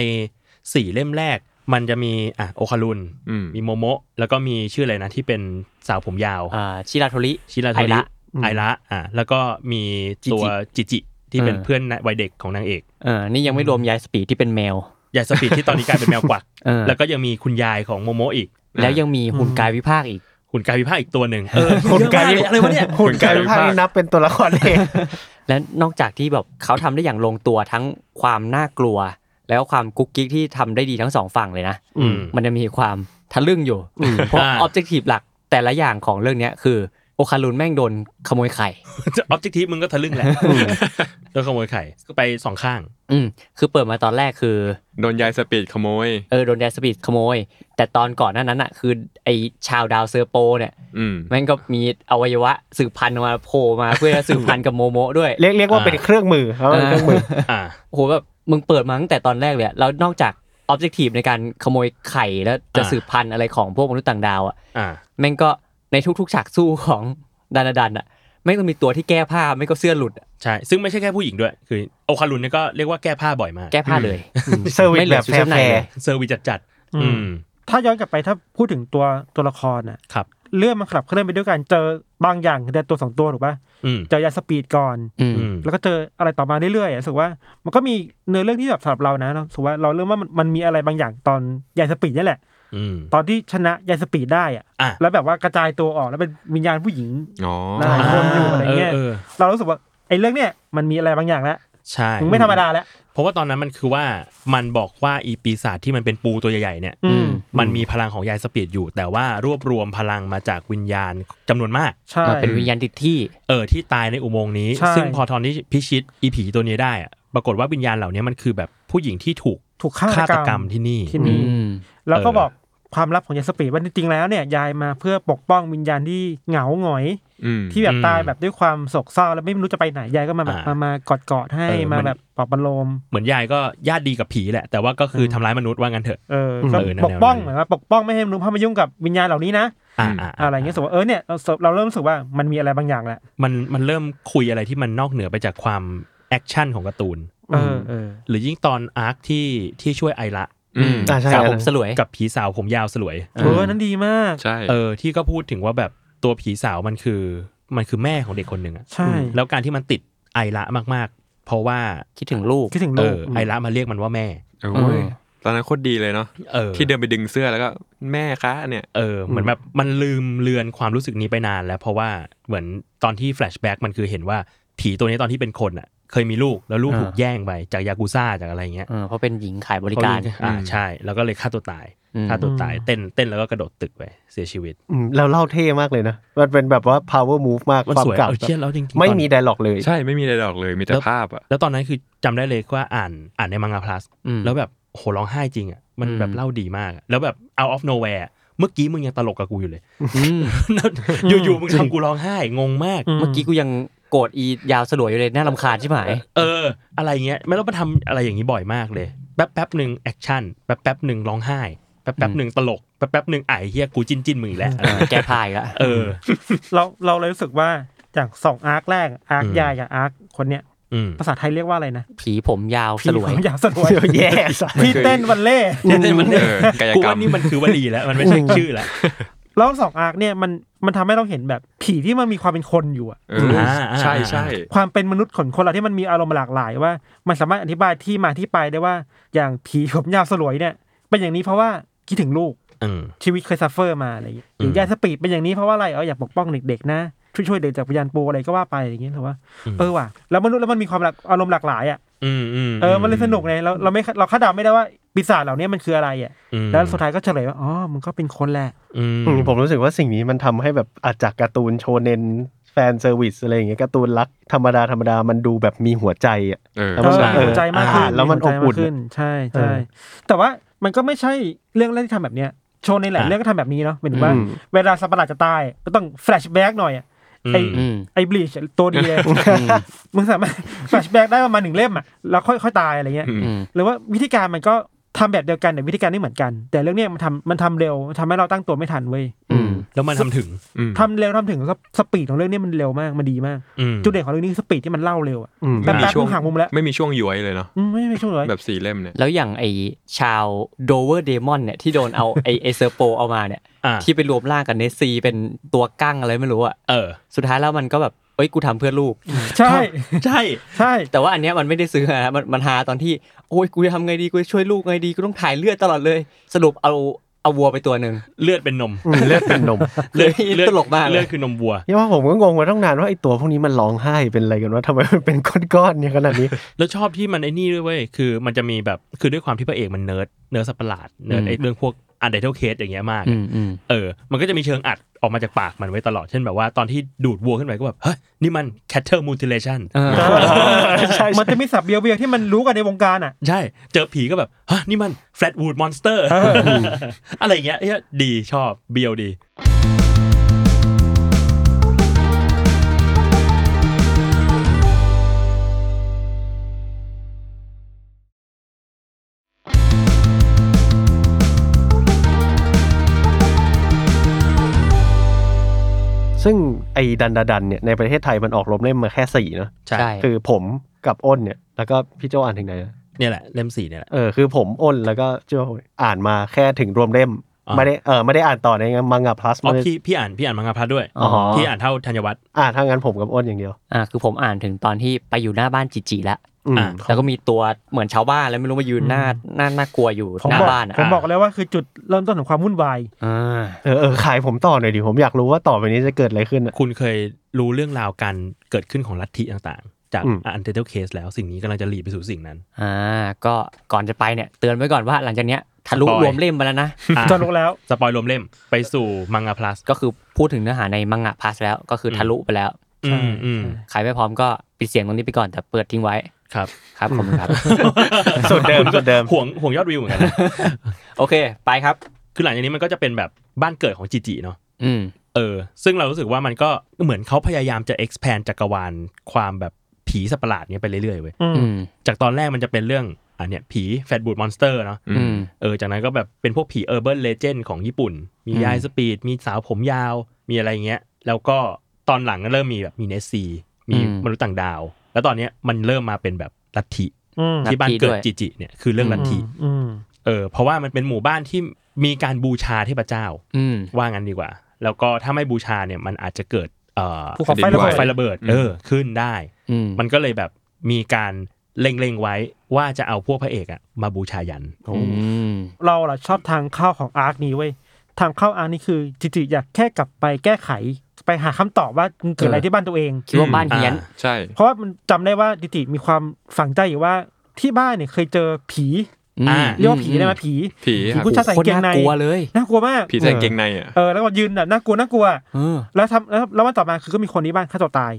S4: สี่เล่มแรก มันจะมีอ่ะโอคารุน
S5: อืม
S4: มีโมโมะแล้วก็มีชื่ออะไรนะที่เป็นสาวผมยาว
S2: อ่าชิราโทริ
S4: ชิราโท
S2: ไอ
S4: ริ
S2: ระ
S4: ไอระอ่ะแล้วก็มีตัวจิจิที่เป็น
S2: เออ
S4: เพื่อนวัยเด็กของนางเอก
S2: เออนี่ยังไม่รวมยายสปีดที่เป็นแมวย
S4: ายสปีดที่ตอนนี้กลายเป็นแมวกวัก
S2: เออ
S4: แล้วก็ยังมีคุณยายของโมโมะอีก
S2: แล้วยังมีหุ่นกายวิภาคอีก
S4: หุ่นกายวิภาคอีกตัวหนึ่งเออ
S1: หุ่นกายวิ
S4: เยอะม
S1: ภาค
S4: อะไรวะเนี่ย
S1: หุ่นกลายเป็นภาคนี้นับเป็นตัวละครเอง
S2: และนอกจากที่แบบเขาทำได้อย่างลงตัวทั้งความน่ากลัว แล้วความกุ๊กกิ๊กที่ทำได้ดีทั้งสองฝั่งเลยนะ
S4: อืม
S2: มันจะมีความทะลึ่งอยู่ เพราะ
S4: อ่า
S2: ออบเจกตีฟหลักแต่ละอย่างของเรื่องเนี้ยคือ โอคารุนแม่งโดนขโมยไข่
S4: จะออบเจกตีมึงก็ทะลึ่งแหละโดนขโมยไข่ก็ไปสองข้าง
S2: อืมคือเปิดมาตอนแรกคือ
S5: โดนยายสปีดขโมย
S2: เออโดนแดนสปีดขโมย แต่ตอนก่อนหน้านั้นอ่ะ คือไอชาวดาวเซอร์โปเนี่ย
S5: อืม
S2: แม่งก็มีอวัยวะสืบพันธุ์ออกมาโผล่มาเพื่อจะสืบพันธุ์กับโมโมะด้วย
S1: เรียกเรียกว่า
S4: อ่า
S1: เป็นเครื่องมือครับเป็นเครื่องมือ
S4: อ่า
S2: โอ้โหแบบมึงเปิดมาตั้งแต่ตอนแรกเลยอะแล้วนอกจากออบเจกตีฟในการขโมยไข่แล้วจะ
S4: อ่า
S2: สืบพันธุ์อะไรของพวกมนุษย์ต่างดาวอ่ะ
S4: อ่า
S2: แม่งก็ในทุกๆฉากสู้ของดันดาดันอ่ะแม่งต้องมีตัวที่แก้ผ้าไม่ก็เสื้อหลุดอะ
S4: ใช่ ซึ่งไม่ใช่แค่ผู้หญิงด้วย คือโอคารุนเนี่ยก็เรียกว่าแก้ผ้าบ่อยมาก
S2: แก้ผ้าเลย
S1: เซอร์วิส
S2: ไม่หลื
S1: แบบ
S2: ชุดชั้นใน
S1: แฟร์
S2: เลย
S4: เซอร์วิสจัดๆอืม
S3: ถ้าย้อนกลับไปถ้าพูดถึงตัวตัวละครน่ะ
S4: ครับ
S3: เรื่องมันขับเคลื่อนไปด้วยกันเจอบางอย่างแต่ตัวสองตัวถูกปะ
S4: อืม
S3: เจอยาสปีดก่อน
S2: อืม
S4: อืม
S3: แล้วก็เจออะไรต่อมาเรื่อยๆอะรู้สึกว่า มันก็มีเนื้อเรื่องที่แบบสำหรับเรานะเรารู้สึกว่าเราเรื่องว่ามันมันมีอะไรบางอย่างตอนยายสปีดนี่แหละ
S4: อืม
S3: ตอนที่ชนะยายสปีดได้อะ
S4: อ่ะ
S3: แล้วแบบว่ากระจายตัวออกแล้วเป็นวิญญาณผู้หญิง
S5: อ๋อ
S3: หลายคนอยู่อะไรเงี้ย
S4: เออ
S3: เรารู้สึกว่าไอ้เรื่องเนี้ยมันมีอะไรบางอย่างแล้ว
S4: ใช่
S3: มึงไม่ธรรมดาแล้ว
S4: เพราะว่าตอนนั้นมันคือว่ามันบอกว่าอีปีศาจที่มันเป็นปูตัวใหญ่ๆเนี่ย
S3: อืม
S4: มันมีพลังของยายสปีดอยู่ แต่ว่ารวบรวมพลังมาจากวิญญาณจำนวนมาก
S3: ใช่
S2: มาเป็นวิญญาณติดที่
S4: เออที่ตายในอุโมงค์นี้
S3: ใช่
S4: ซึ่งพอตอนที่พิชิตอีผีตัวนี้ได้อะปรากฏว่าวิญญาณเหล่านี้มันคือแบบผู้หญิงที่ถูก
S3: ถูกฆา
S4: ฆา
S3: ต
S4: ต
S3: ก
S4: ก
S3: ร
S4: รร
S3: รม
S4: มที่นี่
S3: ที่นี่ แล้วก็บอกความลับของยายสปีดว่าจริงๆแล้วเนี่ยยายมาเพื่อปกป้องวิญญาณที่เหงาหงอย
S5: อืม
S3: ที่แบบ
S4: อืม
S3: ตายแบบด้วยความโศกเศร้าแล้วไม่รู้จะไปไหนยายก็มาแบ
S4: อ่าม
S3: บามากอดกอดๆให้
S4: เออ
S3: มา
S4: มัน
S3: แบบปลอบประโลม
S4: เหมือนยายก็ญาติดีกับผีแหละ แต่ว่าก็คือทำร้ายมนุษย์ว่างั้นเถอะ
S3: เออ
S1: อืม
S3: ก็
S4: เออนั่น
S3: ปกป้อง
S4: แนวนั้น
S3: เหมือนว่าปกป้องไม่ให้มนุษย์เข้ามายุ่งกับวิญญาณเหล่านี้นะ
S5: อืม
S4: อ่าา
S3: อะไรอย่างเงี้ยสมมติว่าเออเนี่ยเราเราเริ่มรู้สึกว่ามันมีอะไรบางอย่างแหละ
S4: มันมันเริ่มคุยอะไรที่มันนอกเหนือไปจากความแอคชั่นของการ์ตูน
S3: เออเออ
S4: หรือยิ่งตอนอาร์คที่ที่ช่วยไอระ
S5: อืม
S1: อ่าใช่
S2: สาว
S1: อัน
S2: ผม
S1: นั้น
S2: สลวย
S4: กับผีสาวผมยาวสลวย
S3: เออนั้นดีมาก
S5: ใช่
S4: เออที่ก็พูดถึงว่าแบบตัวผีสาวมันคือมันคือแม่ของเด็กคนหนึ่งอะ
S3: ใช่
S4: แล้วการที่มันติดไอระมากๆ เพราะว่า
S2: คิดถึงลูก
S3: คิดถึง
S4: เอ
S3: ลูก
S4: อไอระมาเรียกมันว่าแม่
S5: โอ้ย
S2: เออ
S5: ตอนนั้นโคตรดีเลยเนาะ
S4: เออ
S5: ที่เดินไปดึงเสื้อแล้วก็แม่คะเนี่ย
S4: เออเหมือนแบบมันลืมเลือนความรู้สึกนี้ไปนานแล้วเพราะว่าเหมือนตอนที่แฟลชแบ็กมันคือเห็นว่าผีตัวนี้ตอนที่เป็นคนอะเคยมีลูกแล้วลูก
S2: อ่า
S4: ถูกแย่งไปจากยากูซ่าจากอะไรเงี้ย
S2: เออเพราะเป็นหญิงขายบริการ
S4: เขอ่าใช่ แล้วก็เลยฆ่าตัวตาย
S2: อืม
S4: ฆ่าตัวตายเต้นเต้นแล้วก็กระโดดตึกไปเสียชีวิต
S1: อืมแล้วเล่าเท่มากเลยนะ มันเป็นแบบว่า power move มาก
S4: มัน
S1: ความ
S4: สวย
S1: เก่า
S4: เออเชี่ยแล้วจริงๆ
S1: ไม่
S4: ตอน
S1: มี dialogue เลย
S5: ใช่ไม่มีอะไรดอกเลยมีแต่
S4: แล้ว
S5: ภาพอ่ะ
S4: แล้วตอนนั้นคือจำได้เลยว่าอ่านอ่านในมังงะพลัส
S2: อืม
S4: แล้วแบบโหร้องไห้จริงอ่ะมัน
S2: อืม
S4: แบบเล่าดีมากอะแล้วแบบ out of nowhere อะเมื่อกี้มึงยังตลกกับกูอยู่เลย
S2: อืม
S4: อยู่ๆมึงทำกูร้องไห้งงมาก
S2: เมื่อกี้กูยังโกรธอียาวสลวยอยู่เลยน่ารำคาญใช่ไหม
S4: เออ อะไรเงี้ยไม่รู้มาทำอะไรอย่างนี้บ่อยมากเลย แป๊บแป๊บหนึ่งแอคชั่นแป๊บแป๊บหนึ่งร้องไห้ แป๊บแป๊บหนึ่งตลกแป๊บแป๊บหนึ่งไอ้เฮียกูจิ้นจิ้นมึงอีกแล้ว
S2: เออแก้พายละ
S4: เออ
S3: เราเราเลยรู้สึกว่าอย่างสองอาร์คแรกอาร์ค
S4: อืม
S3: ยายกับอาร์คคนเนี้ย
S4: อืม
S3: ภาษาไทยเรียกว่าอะไรนะ
S2: ผีผมยาว
S3: พี่
S2: สลวย
S3: ผมอยากสลวย
S1: แย่สัส
S3: พี่เต้นวันเล่
S4: เต้นมัน
S5: เออกาย
S4: กู
S5: กรร
S4: ว่าม นี่มันคือวลีแล้วมันไม่ใช่ชื่อแล้ว
S3: แล้วสองอาร์คเนี่ยมันมันทำให้เราเห็นแบบผีที่มันมีความเป็นคนอยู่อะ
S5: เอออา
S4: อ่า
S5: ใช่ใช่
S3: ความเป็นมนุษย์ขนคนเราที่มันมีอารมณ์หลากหลายว่า มันสามารถอธิบายที่มาที่ไปได้ว่า อย่างผีผมยาวสลวยเนี่ย เป็นอย่างนี้เพราะว่าคิดถึงลูก
S4: อืม
S3: ชีวิตเคยซัฟเฟอร์มาอะไรอย่างเงี้ยหรืออ
S4: ม
S3: ยายสปีดเป็นอย่างนี้เพราะว่าอะไรเอออยากปกป้องเด็กๆนะช่วยช่วยๆเด็กจากพยานปูอะไรก็ว่าไปอย่างเงี้ยถือว่าเออว่ะแล้วมนุษย์แล้วมันมีความหลากอารมณ์หลากหลายอ่ะ
S4: อืมอืม
S3: เออมันเลยสนุกไงเราเราไม่เราคาดเดาไม่ได้ว่าปีศาจเหล่านี้มันคืออะไรอ่ะ
S4: อืม
S3: แล้วสุดท้ายก็เฉลยว่าอ๋อมันก็เป็นคนแหละ
S4: อืม
S1: อืมผมรู้สึกว่าสิ่งนี้มันทำให้แบบอาจจากการ์ตูนโชเนนแฟนเซอร์วิสอะไรอย่างเงี้ยการ์ตูนรักธรรมดาธรรมดามันดูแบบมีหัวใจอ่ะ
S5: เออ
S1: แล้วมัน
S3: เออ
S1: แบบ
S3: มีหัวใจมากขึ้น
S1: อ่าแล้วมัน
S3: หัว
S1: อบอุ่น
S3: ใจากขึ้ใช่ใช่แต่ว่ามันก็ไม่ใช่เรื่องแรกที่ทำแบบเนี้ยโชว์ในหลาย
S4: อ่ะ
S3: เรื่องก็ทำแบบนี้เนาะหมายถึงว่า เวลาสัตว์ประหลาดจะตายก็ต้องแฟลชแบ็กหน่อยอะไอ
S2: อืม
S3: ไอบลีชตัวดีเลย มึงสามารถแฟลชแบ็กได้ประมาณหนึ่งเล่มอ่ะแล้วค่อยค่อยตายอะไรเงี้ย
S5: อืม
S2: อืม
S3: หรือว่าวิธีการมันก็ทำแบบเดียวกันแต่วิธีการไม่เหมือนกัน แต่เรื่องเนี้ยมันทำมันทำเร็วมันทำให้เราตั้งตัวไม่ทันเว้ย
S2: อืม
S4: แล้วมันทำถึง
S5: อืม
S3: ทำเร็วทำถึงแล้วสปีดของเรื่องเนี้ยมันเร็วมากมันดีมาก
S4: อืม
S3: จุดเด่นของเรื่องนี้คือสปีดที่มันเล่าเร็วอะ
S1: อืม
S3: แป๊บๆมึงหักมุมแล้ว
S5: ไม่มีช่วงย้อยเลยเนาะ
S3: อืมไม่ไม่ช่วงเลย
S5: แบบสี่เล่มเนี่ย
S2: แล้วอย่างไอชาวโดเวอร์เดมอนเนี่ยที่โดนเอา ไอเอเซอร์โปเอามาเนี่ย
S4: อ่า
S2: ที่ไปรวมร่างกับเนสซีเป็นตัวกั้งอะไรไม่รู้อ่ะ
S4: เออ
S2: สุดท้ายแล้วมันก็แบบเอ้ยกูทำเพื่อลูก
S3: ใช่
S4: ใช่
S3: ใช่
S2: แต่ว่าอันเนี้ยมันไม่ได้ซื้อนะมันมันหาตอนที่โอ้ยกูจะทำไงดีกูจะช่วยลูกไงดีกูต้องถ่ายเลือดตลอดเลย สรุปเอา เอาวัวไปตัวหนึ่ง
S4: เลือดเป็นนม
S1: อืมเลือดเป็นนม
S4: เลือด
S2: คือ
S4: เลือด
S2: ตลกมากเลย
S4: เลือดคือนมวัว
S1: เนี่ยว่าผมก็งงมาตั้งนานว่าไอตัวพวกนี้มันร้องไห้เป็นอะไรกันว่าทำไมมันเป็นก้อนๆเนี่ยขนาดนี้
S4: แล้วชอบที่มันไอ้นี่ด้วยเว้ย คือมันจะมีแบบ คือด้วยความที่พระเอกมันเนิร์ด เนิร์ดสัตว์ประหลาด เนิร์ด
S2: อืม
S4: ไอ้เรื่องพวกอันเดอร์เคสอย่างเงี้ยมาก
S2: อืมอืม
S4: เออ มันก็จะมีเชิงอัดออกมาจากปากมันไว้ตลอด เช่นแบบว่าตอนที่ดูดวัวขึ้นไปก็แบบ เฮ้ย นี่มัน cattle mutilation
S2: เออ
S1: ใช่
S3: มันจะมีสับเบียวเบียวๆที่มันรู้กันในวงการอ่ะ
S4: ใช่ เจอผีก็แบบ ฮะ นี่มัน flatwood monster อะไรอย่างเงี้ยเอ้ยดีชอบ เบียวดี
S1: ซึ่งไอดันดาดันเนี่ยในประเทศไทยมันออกลมเล่มมาแค่สี่เนอะ
S4: ใช่
S2: ใช่
S1: คือผมกับอ้นเนี่ย แล้วก็พี่โจอ่านถึงไหนนะ
S4: เนี่ยแหละ เล่มสี่เนี่ยแหละ
S1: เออคือผมอ้นแล้วก็โจอ่านมาแค่ถึงรวมเล่ม
S4: อ่า
S1: ไม่ได้เออไม่ได้อ่านต่อในมังงะพลัส
S4: อ๋อ
S1: ไม่ได้
S4: พี่พี่อ่านพี่อ่านมังงะพัดด้วย
S1: อ๋อ
S4: พี่อ่านเท่าธัญวัฒน์
S1: อ่าถ้างั้นผมกับอ้นอย่างเดียว
S2: อ่าคือผมอ่านถึงตอนที่ไปอยู่หน้าบ้านจิจิแล้ว
S1: อืม
S4: อ่า
S2: แล้วก็มีตัวเหมือนชาวบ้านแล้วไม่รู้มายืนหน้าหน้าหน้ากลัวอยู่
S3: ผม
S2: หน้า
S3: บอก
S2: บ้านอ่ะ
S3: ผมบอกแล้วว่าคือจุดเริ่มต้นของความวุ่นวาย
S2: อ่า
S1: เออเออขายผมต่อหน่อยดิผมอยากรู้ว่าต่อไปนี้จะเกิดอะไรขึ้นอะ
S4: คุณเคยรู้เรื่องราวการเกิดขึ้นของลัทธิต่างๆ จาก
S1: อืม
S4: อันเทอร์เคสแล้วสิ่งนี้กำลังจะหลีดไปสู่สิ่งนั้น
S2: อ่าก็ก่อนจะไปเนี่ยเตือนไว้ก่อนว่าหลังจากเนี้ยทะลุ
S4: สปอย
S2: รวมเล่มไปแล้วนะ
S4: อ่ะ
S3: จะรู้แล้ว
S4: สปอยล์รวมเล่มไปสู่มังงะพลัส
S2: ก็คือพูดถึงเนื้อหาในมังงะพาสแล้วก็คืออ
S4: ม
S2: ทะลุไปแล้ว
S4: อืมอืม
S2: ใครไม่พร้อมก็ปิดเสียงตรงนี้ไปก่อนแต่เปิดทิ้งไว้
S4: ครับ
S2: ครับผมครับ
S1: สูตรเดิมสูตรเดิม
S4: ห่วงห่วงยอดวิวเหมือนกันนะ
S2: โอเค ไปครับ
S4: คือหลังจากนี้มันก็จะเป็นแบบบ้านเกิดของจีจีเนาะ
S2: อืม
S4: เออ ซึ่งเรารู้สึกว่ามันก็เหมือนเขาพยายามจะ expand จักรวาลความแบบผีสัตว์ประหลาดเนี้ยไปเรื่อยๆเว้ย
S2: อืม
S4: จากตอนแรกมันจะเป็นเรื่องอันเนี้ยผีแฟตบูดมอนสเตอร์เนาะ
S2: อืม
S4: เออจากนั้นก็แบบเป็นพวกผีเออร์เบิร์นเลเจนด์ของญี่ปุ่น มี
S2: อืม
S4: ยายสปีดมีสาวผมยาวมีอะไรเงี้ย แล้วก็ตอนหลังก็เริ่มมีแบบมีเนสซีมีมนุษย์ต่างดาว แล้วตอนเนี้ยมันเริ่มมาเป็นแบบลัทธิ
S3: อืม
S4: ที่บ้านเกิด
S2: ลัทธิด้วย
S4: จีจีเนี่ยคือเรื่องลัทธิ
S3: อืม
S4: เออเพราะว่ามันเป็นหมู่บ้านที่มีการบูชาเทพเจ้า
S2: อืม
S4: ว่างั้นดีกว่า แล้วก็ถ้าไม่บูชาเนี่ยมันอาจจะเกิดเอ่อ
S3: ภูเขาไฟระเบิด
S4: ไฟระเบิด
S5: อืม
S4: เออขึ้นได้
S2: อืม
S4: มันก็เลยแบบมีการเล็งๆไว้ว่าจะเอาพวกพระเอกอะมาบูชายัน
S2: อืม
S3: เราล่ะชอบทางเข้าของอาร์คนี้เว้ยทางเข้าอาร์คนี้คือจิจิอยากแค่กลับไปแก้ไข ไปหาคำตอบว่ามันเกิดอะไรที่บ้านตัวเอง
S2: คิดว่าบ้านเฮียน
S4: อ่า
S5: ใช่
S3: เพราะว่ามันจำได้ว่าจิจิมีความฝังใจอยู่ว่าที่บ้านเนี่ยเคยเจอผี
S2: อ่า
S3: เรียกว่าผีได้ไหมผี
S5: ผีครับ
S3: ผู้ชายใส่
S2: คน
S3: เกงใน
S2: น่ากลัวเลย
S3: น่ากลัวมาก
S5: ผีใส่เกงในอ่ะ
S3: เออแล้วก็ยืนแบบน่ากลัวน่ากลัว
S2: เออ
S3: แล้วทำแล้วแล้ววันต่อมาคือก็มีคนที่บ้านฆ่าตัวตาย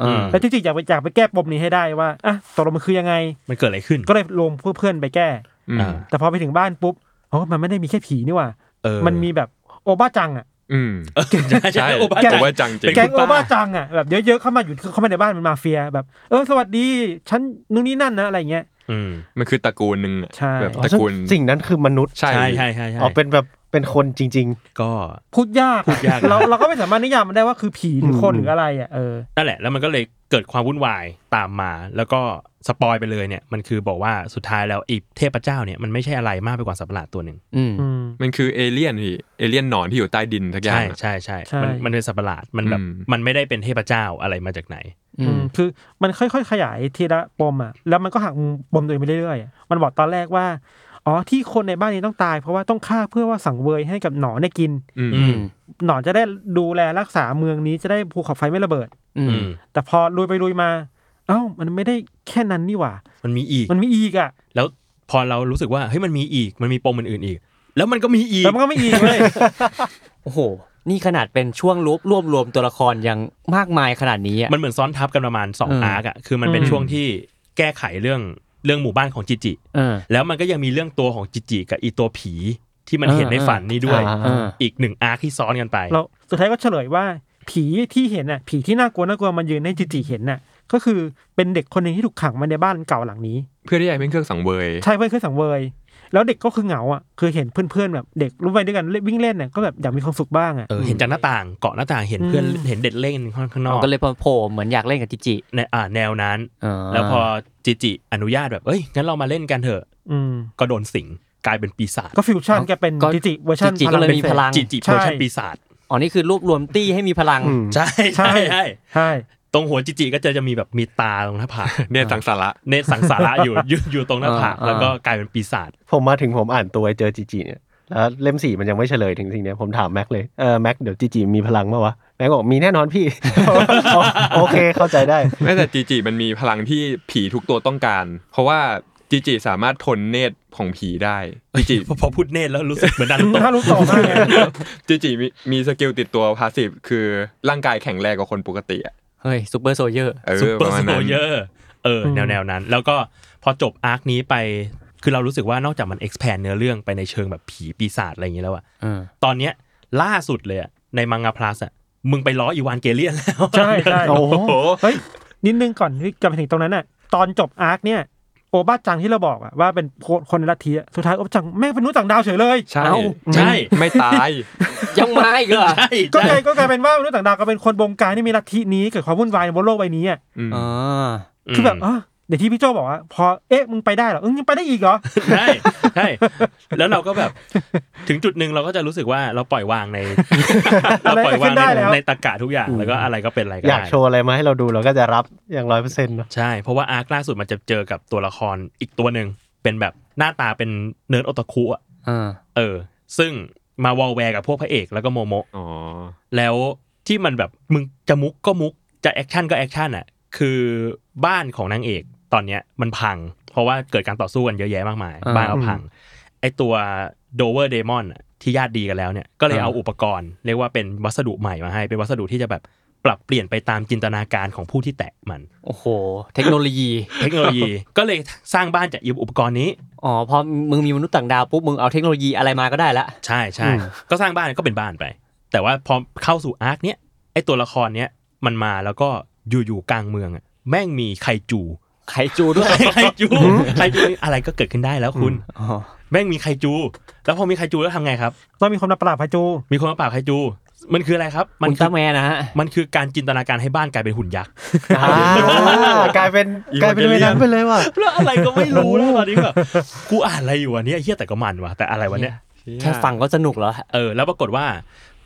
S2: เออ
S3: แล้วจิจิอยากไปอยากไปแก้ปมนี้ให้ได้ว่าอ่ะตกลงมันคือยังไง
S4: มันเกิดอะไรขึ้น
S3: ก็เลยรวมเพื่อนๆไปแก้
S5: อืม
S4: อ่า
S3: แต่พอไปถึงบ้านปุ๊บโอ้มันไม่ได้มีแค่ผีนี่หว่า
S4: เออ
S3: มันมีแบบโอบ้าจังอ่ะ
S5: อืม
S4: ใช่
S5: ใช่
S4: ใช่ โอบ้า
S5: แก
S4: จัง
S5: ว่าจังจริง
S4: เป็
S3: แก๊ง
S4: นคุณ
S3: โอ
S4: ป้า
S3: บ้าจังอ่ะแบบเยอะๆเข้ามาอยู่เข้ามาในบ้านเป็นมาเฟียแบบ เออสวัสดี ฉันนู่นนี่นั่นนะอะไรเงี้ย
S4: อืม
S5: มันคือตระกูลหนึ่งอะ
S3: ใช่
S5: แบบ
S1: อ๋อ
S5: ตระกูล
S1: ซึ่งสิ่งนั้นคือมนุษย์
S5: ใช่
S4: ใช่ใช่ใช่ใช่
S1: อ๋อเป็นแบบเป็นคนจริง
S4: ก็
S3: พูดยาก
S4: พูดยาก
S3: เราเราก็ไม่สามารถนิยามมันได้ว่าคือผีหรือคนหรืออะไรอ่ะเออ
S4: นั่นแหละแล้วมันก็เลยเกิดความวุ่นวายตามมา แล้วก็สปอยไปเลยเนี่ยมันคือบอกว่าสุดท้ายแล้วอีกเทพเจ้าเนี่ยมันไม่ใช่อะไรมากไปกว่าสัตว์ประหลาดตัวหนึ่ง
S2: อืม
S3: อืม
S5: มันคือเอเลี่ยนพี่เอเลี่ยนหนอนที่อยู่ใต้ดินทักอย่า
S4: ใช่
S5: งอะ
S4: ใช่ใช่
S3: ใช่
S4: มันมันเป็นสัตว์ประหลาดมันแบบ
S5: อืม
S4: มันไม่ได้เป็นเทพเจ้าอะไรมาจากไหน
S2: อื
S3: อื
S2: ม
S3: มคือมันค่อยๆ ขยายทีละปมอ่ะแล้วมันก็หักมุมปมตัวเองไปเรื่อยๆอะมันบอกตอนแรกว่า อ๋อที่คนในบ้านนี้ต้องตาย เพราะว่าต้องฆ่าเพื่อว่าสังเวยให้กับหนอนได้กิน
S5: อืม
S4: อืม
S3: หนอนจะได้ดูแลรักษาเมืองนี้จะได้ภูเขาไฟไม่ระเบิด
S2: อื
S4: อื
S2: ม
S4: ม
S3: แต่พอลุยไปลุยมา เอ้ามันไม่ได้แค่นั้นนี่หว่า
S4: มันมีอีก
S3: มันมีอีกอ่ะ
S4: แล้วพอเรารู้สึกว่าเฮ้ยมันมีอีกมันมีปมอื่นๆอีก แล้วมันก็มีอีก
S3: แล้วมันก็ไม่อีกเลย
S2: โอ้โห นี่ขนาดเป็นช่วงรวบรวบรวมตัวละครยังมากมายขนาดนี้อ่ะ
S4: มันเหมือนซ้อนทับกันประมาณ
S2: อืม
S4: 2 อาร์กอะคือมันเป็น
S3: อืม
S4: ช่วงที่แก้ไขเรื่องเรื่องหมู่บ้านของจิจิ
S2: เออ
S4: แล้วมันก็ยังมีเรื่องตัวของจิจิกับอีตัวผีที่มัน
S2: อ่า
S4: เห็นในฝันนี้ด้วย
S1: อ่า
S2: เออ
S4: อีกหนึ่งอาร์คที่ซ้อนกันไป
S3: เราสุดท้ายก็เฉลยว่า ผีที่เห็นน่ะ ผีที่น่ากลัวน่ากลัวมันยืนให้จิจิเห็นน่ะ ก็คือเป็นเด็กคนหนึ่งที่ถูกขังมาในบ้านเก่าหลังนี้
S5: เพื่อที่จะเป็นเครื่องสังเวย
S3: ใช่เพื่อนคือสังเวย แล้วเด็กก็คือเหงาอ่ะคือเห็นเพื่อนๆแบบเด็กรุ่นวัยด้วยกันเล่นวิ่งเล่นน่ะก็แบบอยากมีความสุขบ้างอ่ะ
S4: เออเห็นจากหน้าต่างเกาะหน้าต่างเห็นเพื่อน
S3: อืม
S4: เห็นเด็ดเล่นข้างข้างนอก
S2: ก็เลยโผล่เหมือนอยากเล่นกับจิจิ
S4: ในอ่าแนวนั้น
S2: อ่า
S4: แล้วพอจิจิอนุญาตแบบเอ้ยงั้นเรามาเล่นกันเถอะ
S3: อืม
S4: ก็โดนสิงกลายเป็นปีศาจ
S3: ก็ฟิวชั่นแกเป็น
S2: ก็
S3: จิจิเวอร์ชัน
S2: จิจิก็เลยมีพลัง
S4: จิจิ
S3: ใช่
S4: เวอร์ชันปีศาจ
S2: อ๋อ นี่คือรวบรวมตี้ให้มีพลัง
S1: อืม
S4: ใช่
S3: ใช่
S4: ใช่ใช่
S3: ใช่
S4: ตรงหัวจิจิก็จะจะมีแบบมีตาตรงหน้าผาก
S5: เนี่ยสังสาระ
S4: เนตรสังสาระอยู่อยู่อยู่ตรงหน้าผาก
S2: อ่า
S4: แล้วก็กลายเป็นปีศาจ
S1: ผมมาถึงผมอ่านตัวไอ้เจอจีจีเนี่ย แล้วเล่มสี่มันยังไม่เฉลยถึงสิ่งเนี้ยผมถามแม็กเลยเออแม็กเดี๋ยวจีจีมีพลังมาวะแม็กบอกมีแน่นอนพี่ โอเคเข้าใจได้
S5: แม้แต่จีจีมันมีพลังที่ผีทุกตัวต้องการ เพราะว่าจีจีสามารถทนเนตรของผีได้จี จี
S4: พอพอพูดเนตรแล้วรู้สึกเหมือนดันตก
S3: ถ้ารู้ต่อมาก ไง
S5: จีจีมีมีสกิลติดตัวพาสซีฟคือร่างกายแข็งแรงกว่าคนปกติอะ
S2: เฮ้ยซูเปอร์โซเยอร์
S5: เออ
S4: ซูเป
S5: ป
S4: อ
S5: ระ
S4: ร์
S5: มา
S4: ส
S5: ณ
S4: โล
S5: นั้น
S4: เยอร์เออแนวแนวนั้น แล้วก็พอจบอาร์คนี้ไป คือเรารู้สึกว่านอกจากมัน expand เนื้อเรื่องไปในเชิงแบบผีปีศาจอะไรอย่างนี้แล้วอะตอนเนี้ยล่าสุดเลยอะในมังงะพลัสอะมึงไปล้ออีวานเกเลียนแล้ว
S3: ใช่ใช่
S1: โอ้โห
S3: เฮ้ยนิดนึงก่อนที่จะไปถึงตรงนั้นน่ะ ตอนจบอาร์คเนี่ยโอบ้าจังที่เราบอกอะว่าเป็นคนในลัทธิอะสุดท้ายโอบ้าจังแม่งเป็นมนุษย์ต่างดาวเฉยเลย
S5: ใช่
S2: เอ้า
S4: ใช่
S5: ไม่ตาย
S2: ยังมาอีกเหรอ
S4: ใช่
S3: ก็
S4: ใช่
S3: กลายก็กลายเป็นว่ามนุษย์ต่างดาวก็เป็นคนบงการที่มีลัทธินี้เกิดความวุ่นวายบนโลกใบนี้อะ
S5: อืม
S2: อ๋อ
S3: คือแบบอ๋อเดี๋ยวที่พี่โจบอกว่า พอเอ๊ะมึงไปได้เหรอเอ้ยยังไปได้อีกเหรอ
S4: ใช่ใช่แล้วเราก็แบบ ถึงจุดหนึ่งเราก็จะรู้สึกว่าเราปล่อยวางใน เราปล่อยวาง
S3: อะไรก็ขึ้นได้
S4: ใน
S3: แล้ว
S4: ในตะกะทุกอย่างแล้วก็อะไรก็เป็นอะไรก็
S1: อยาก
S4: ได้
S1: โชว์อะไรมาให้เราดูเราก็จะรับอย่างร้อยเปอร์เซ็นต์เนาะ
S4: ใช่เพราะว่าอาร์คล่าสุดมันจะเจอกับตัวละครอีกตัวหนึ่งเป็นแบบหน้าตาเป็นเนิร์ดโอตาคุอะ
S2: อ่า
S4: เออ ซึ่งมาวอลแวร์กับพวกพระเอกแล้วก็โมโมะ
S5: อ๋อ
S4: แล้วที่มันแบบมึงจะมุกก็มุกจะแอคชั่นก็แอคชั่นอ่ะ คือบ้านของนางเอกตอนเนี้ยมันพัง เพราะว่าเกิดการต่อสู้กันเยอะแยะมากมาย บ้านก็พัง ไอตัวโดเวอร์เดมอนที่ญาติดีกันแล้วเนี่ย ก็เลยเอาอุปกรณ์ เรียกว่าเป็นวัสดุใหม่มาให้ เป็นวัสดุที่จะแบบปรับเปลี่ยนไปตามจินตนาการของผู้ที่แตะมัน
S2: โอ้โห เทคโนโลยี
S4: เทคโนโลยี ก็เลยสร้างบ้านจากอีอุปกรณ์นี้
S2: อ๋อพอมึงมีมนุษย์ต่างดาวปุ๊บมึงเอาเทคโนโลยีอะไรมาก็ได้ละ
S4: ใช่ใช่ก็สร้างบ้านก็เป็นบ้านไป แต่ว่าพอเข้าสู่อาร์คเนี้ยไอตัวละครเนี้ยมันมาแล้วก็อยู่ๆกลางเมืองอะแม่งมีไคจู
S2: ไขจูด้วย
S4: ไคจูไคจูอะไรก็เกิดขึ้นได้แล้วคุณ
S2: อ๋อ
S4: แม่งมีไคจู แล้วพอมีไคจูแล้วทำไงครับ
S3: ต้องมีคนมาปราบพาจู
S4: มีคนมาปราบไคจู มันคืออะไรครับ
S2: มั
S4: มัน น
S2: ต
S4: คื
S2: ร้าแมนนะฮะ
S4: มันคือการจินตนาการให้บ้านกลายเป็นหุ่นยักษ์
S1: อ่ากลายเป็นกลายเป็นเวลาไปเลยว่ะ
S4: แล้วอะไรก็ไม่รู้แล้วตอนนี้แบบกูอ่านอะไรอยู่วะเนี่ยเฮียแต่ก็มันวะแต่อะไรวะเนี่ย
S2: แค่ฟังก็สนุกแล้ว
S4: เออแล้วปรากฏว่า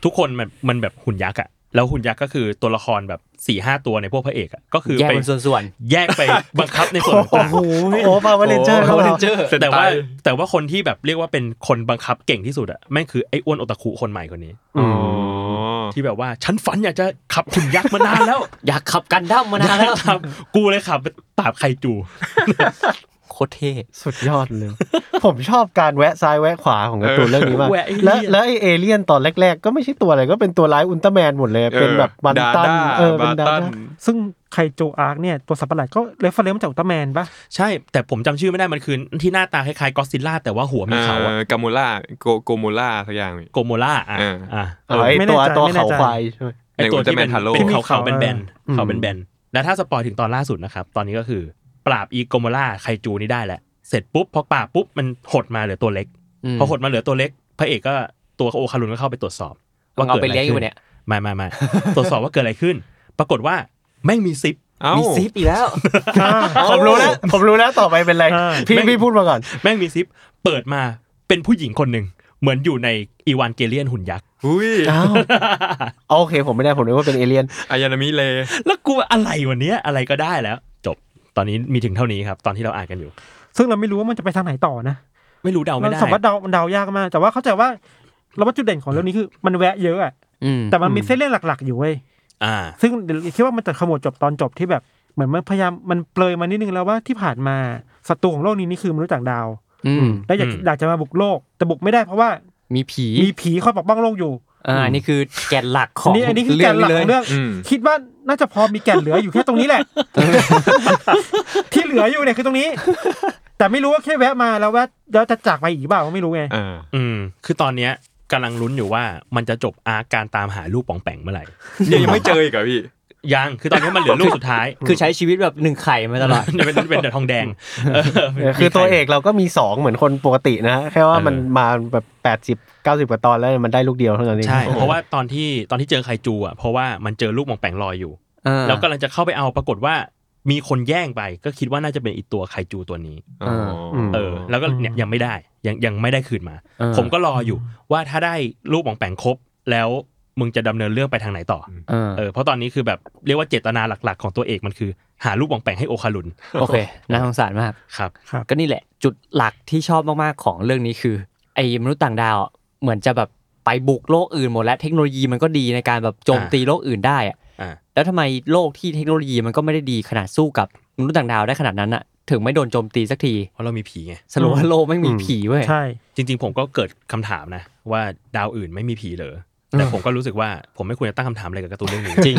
S4: ทุกคนมันมันแบบหุ่นยักษ์อะแล้วหุ่นยักษ์ก็คือตัวละครแบบสี่ห้าตัวในพวกพระเอกอะก็คือ
S2: แยก
S4: ไป
S2: เป็นส่วน
S4: แยกไปบังคับใน ส่วนต่าง
S1: โอ้โหโอ้ปาวเลนเจอร์เขาเรา
S5: เสร็จ
S4: ๆแต่
S5: ต
S4: ว่าย แต่ว่าคนที่แบบเรียกว่าเป็นคนบังคับเก่งที่สุดอะแม่งคือไอ้อ้วนโอตาคุคนใหม่คนนี้
S5: อ๋อ
S4: ที่แบบว่าฉันฝันอยากจะขับหุ่นยักษ์มานานแล้ว
S2: ๆ อยากขับกันดั้มมานานแล้ว
S4: ครับ กูเลยขับไปปราบไคจู
S2: โคตรเท่
S1: สุดยอดเลย ผมชอบการแวะซ้ายแวะขวาของการ์ตูนเรื่องนี้มาก
S4: แวะไอ้เหี้ย
S1: แล้วแล้วไอเอเลี่ยนตอนแรก ๆ ก็ไม่ใช่ตัวอะไรก็เป็นตัวร้ายอุลตร้าแมนหมดเลย เป็นแบบบัน
S5: ดา
S1: ตัน
S5: ด้า
S1: เออเป็
S5: บาน
S1: ดา
S5: ตัน
S1: ด้า
S3: ซึ่งไคจูอาร์คเนี่ยตัวสัตว์ประหลาดก็เรฟเฟอร์เรนซ์มาจากอุลตร้าแมนปะ
S4: ใช่แต่ผมจำชื่อไม่ได้มันคือที่หน้าตาคล้ายๆกอสซิลล่าแต่ว่าหัวมีเขาอะ
S5: เอ่อกามูล่าโกโกมูล่าสักอย่าง
S4: โกโมล่าอ่ะ
S5: เอออ่
S4: อ่ะ
S1: อ๋อไอตัวตัวเขาควายใช่ไหม
S4: ไอตัวที่เป็น
S5: ใน Ultraman Taro
S4: เป็นเขาเขาเป็นแบน
S1: อืม
S4: เขาเป็นแบนแล้วถ้าสปอยถึงตอนล่าสุดนะครับ ตอนนี้ก็คือ ปราบอีโกโมล่าไคจูนี่ได้แหละ เสร็จปุ๊บพอปราบปุ๊บมันหดมาเหลือตัวเล็ก
S2: ม
S4: พอหดมาเหลือตัวเล็ก พระเอกก็ตัวโอคารุนก็เข้าไปตรวจสอบ
S2: มึงเอาไปเลี้ยงอยู่
S4: ขึ้
S2: เนี่ย
S4: ไม่ไม่ ไม่ ตรวจสอบว่าเกิดอะไรขึ้น ปรากฏว่าแม่งมีซิป
S5: เอ้า
S2: มีซิปอีกแล้ว
S1: ผมรู้แล้วผมรู้แล้วต่อไปเป็นไร พี่
S4: แม่ง
S1: พี่พูดมาก่อน
S4: แม่งมีซิป เปิดมาเป็นผู้หญิงคนหนึ่งเหมือนอยู่ในอีวานเกเลียนหุ่นยักษ์
S5: อุ้ย
S1: อ้าวเอาโอเค ผมไม่ได้ผมนึกว่าเป็นเอเลี่ยน
S5: อายานามิเล
S4: แล้วกูว่าอะไรวันนี้ยอะไรก็ได้แล้ว จบตอนนี้มีถึงเท่านี้ครับตอนที่เราอ่านกันอยู่
S3: ซึ่งเราไม่รู้ว่ามันจะไปทางไหนต่อนะ
S4: ไม่รู้เดาไม่
S3: เรา
S4: ได้
S3: สามารถเดาเดายากมาก แต่ว่าเข้าใจว่าเราว่าจุดเด่นของเรื่องนี้คือมันแวะเยอะอะ
S2: อืม
S3: แต่มันมีเส้นเรื่องหลักๆอยู่เว้ย
S4: อ่า
S3: ซึ่งเดี๋ยวคิดว่ามันจะขมวดจบตอนจบที่แบบเหมือนมันพยายามมันเปลยมานิดนึงแล้วว่าที่ผ่านมาศัตรูของโลกนี้นี่คือมนุษย์ต่างดาว
S2: อืม
S3: และอยาก
S4: อืม
S3: อยากจะมาบุกโลก แต่บุกไม่ได้เพราะว่า
S2: มีผี
S3: มีผีคอยปกป้องโลกอยู่
S2: อ่าอันนี่คือแกนหลักข
S3: อั
S2: อน ง
S3: นี้อันนี้คือแกนหลักของ
S2: เรื่
S3: เรื่
S2: อ
S3: อง
S5: อืม
S3: คิดว่าน่าจะพอมีแกนเหลืออยู่แค่ตรงนี้แหละ ที่เหลืออยู่เนี่ยคือตรงนี้ แต่ไม่รู้ว่าแค่แวะมาแล้วแวะแล้วจะจากไปอีกเปล่าก็ไม่รู้ไง
S5: อ่า
S4: อืม คือตอนเนี้ยกำลังลุ้นอยู่ว่ามันจะจบอาร์คการตามหาลูกปองแปงเมื่อไหร่
S5: เนี่ยยังไม่เจออีกเหรอพี่
S4: ยัง คือตอนนี้มันเหลือลูกสุดท้าย
S2: คือใช้ชีวิตแบบหนึ่งไข่มาตลอด
S4: จะเป็นเป็นแต่ทองแดงเออ
S1: คือตัวเอกเราก็มี 2 เหมือนคนปกตินะ แค่ว่ามันมาแบบ 80 90กว่าตอนแล้วมันได้ลูกเดียวเท่านั้นเอง
S4: ใช่ เพราะว่าตอนที่ตอนที่เจอไคจูอ่ะ เพราะว่ามันเจอลูกปองแปงลอยอยู่
S2: เออ
S4: แล้วกำลังจะเข้าไปเอาปรากฏว่ามีคนแย่งไป ก็คิดว่าน่าจะเป็นอีตัวไคจูตัวนี้
S5: อ๋ออ
S4: เออ แล้วก็เนี่ยยังไม่ได้ ยังยังไม่ได้คืนมา ผมก็รออยู่ว่าถ้าได้ลูกปองแปงครบ แล้วมึงจะดำเนินเรื่องไปทางไหนต่อ
S2: เออ
S4: เออ เพราะตอนนี้คือแบบเรียกว่าเจตนาหลัก ๆ ของตัวเอกมันคือ หาลูกปองแปงให้โอคารุน
S2: โอเคน่าสงสารมาก
S4: ครับ
S2: ก็นี่แหละจุดหลักที่ชอบมาก ๆ ของเรื่องนี้คือ ไอ้มนุษย์ต่างดาวอะเหมือนจะแบบไปบุกโลกอื่นหมดแล้วเทคโนโลยีมันก็ดีในการแบบโจมตีโลกอื่นได้อะ
S4: อ่า
S2: แล้วทำไมโลกที่เทคโนโลยีมันก็ไม่ได้ดีขนาดสู้กับมนุษย์ต่างดาวได้ขนาดนั้นอะถึงไม่โดนโจมตีสักที
S4: เพราะเรามีผีไง
S2: สรุปว่าโลกไม่มีผีเว้ย
S3: ใช่
S4: จริงๆ ผมก็เกิดคำถามนะ ว่าดาวอื่นไม่มีผีเหรอแต่
S2: เออ
S4: ผมก็รู้สึกว่าผมไม่ควรจะตั้งคำถามอะไรกับการ์ตูนเรื่องนี้
S2: จริง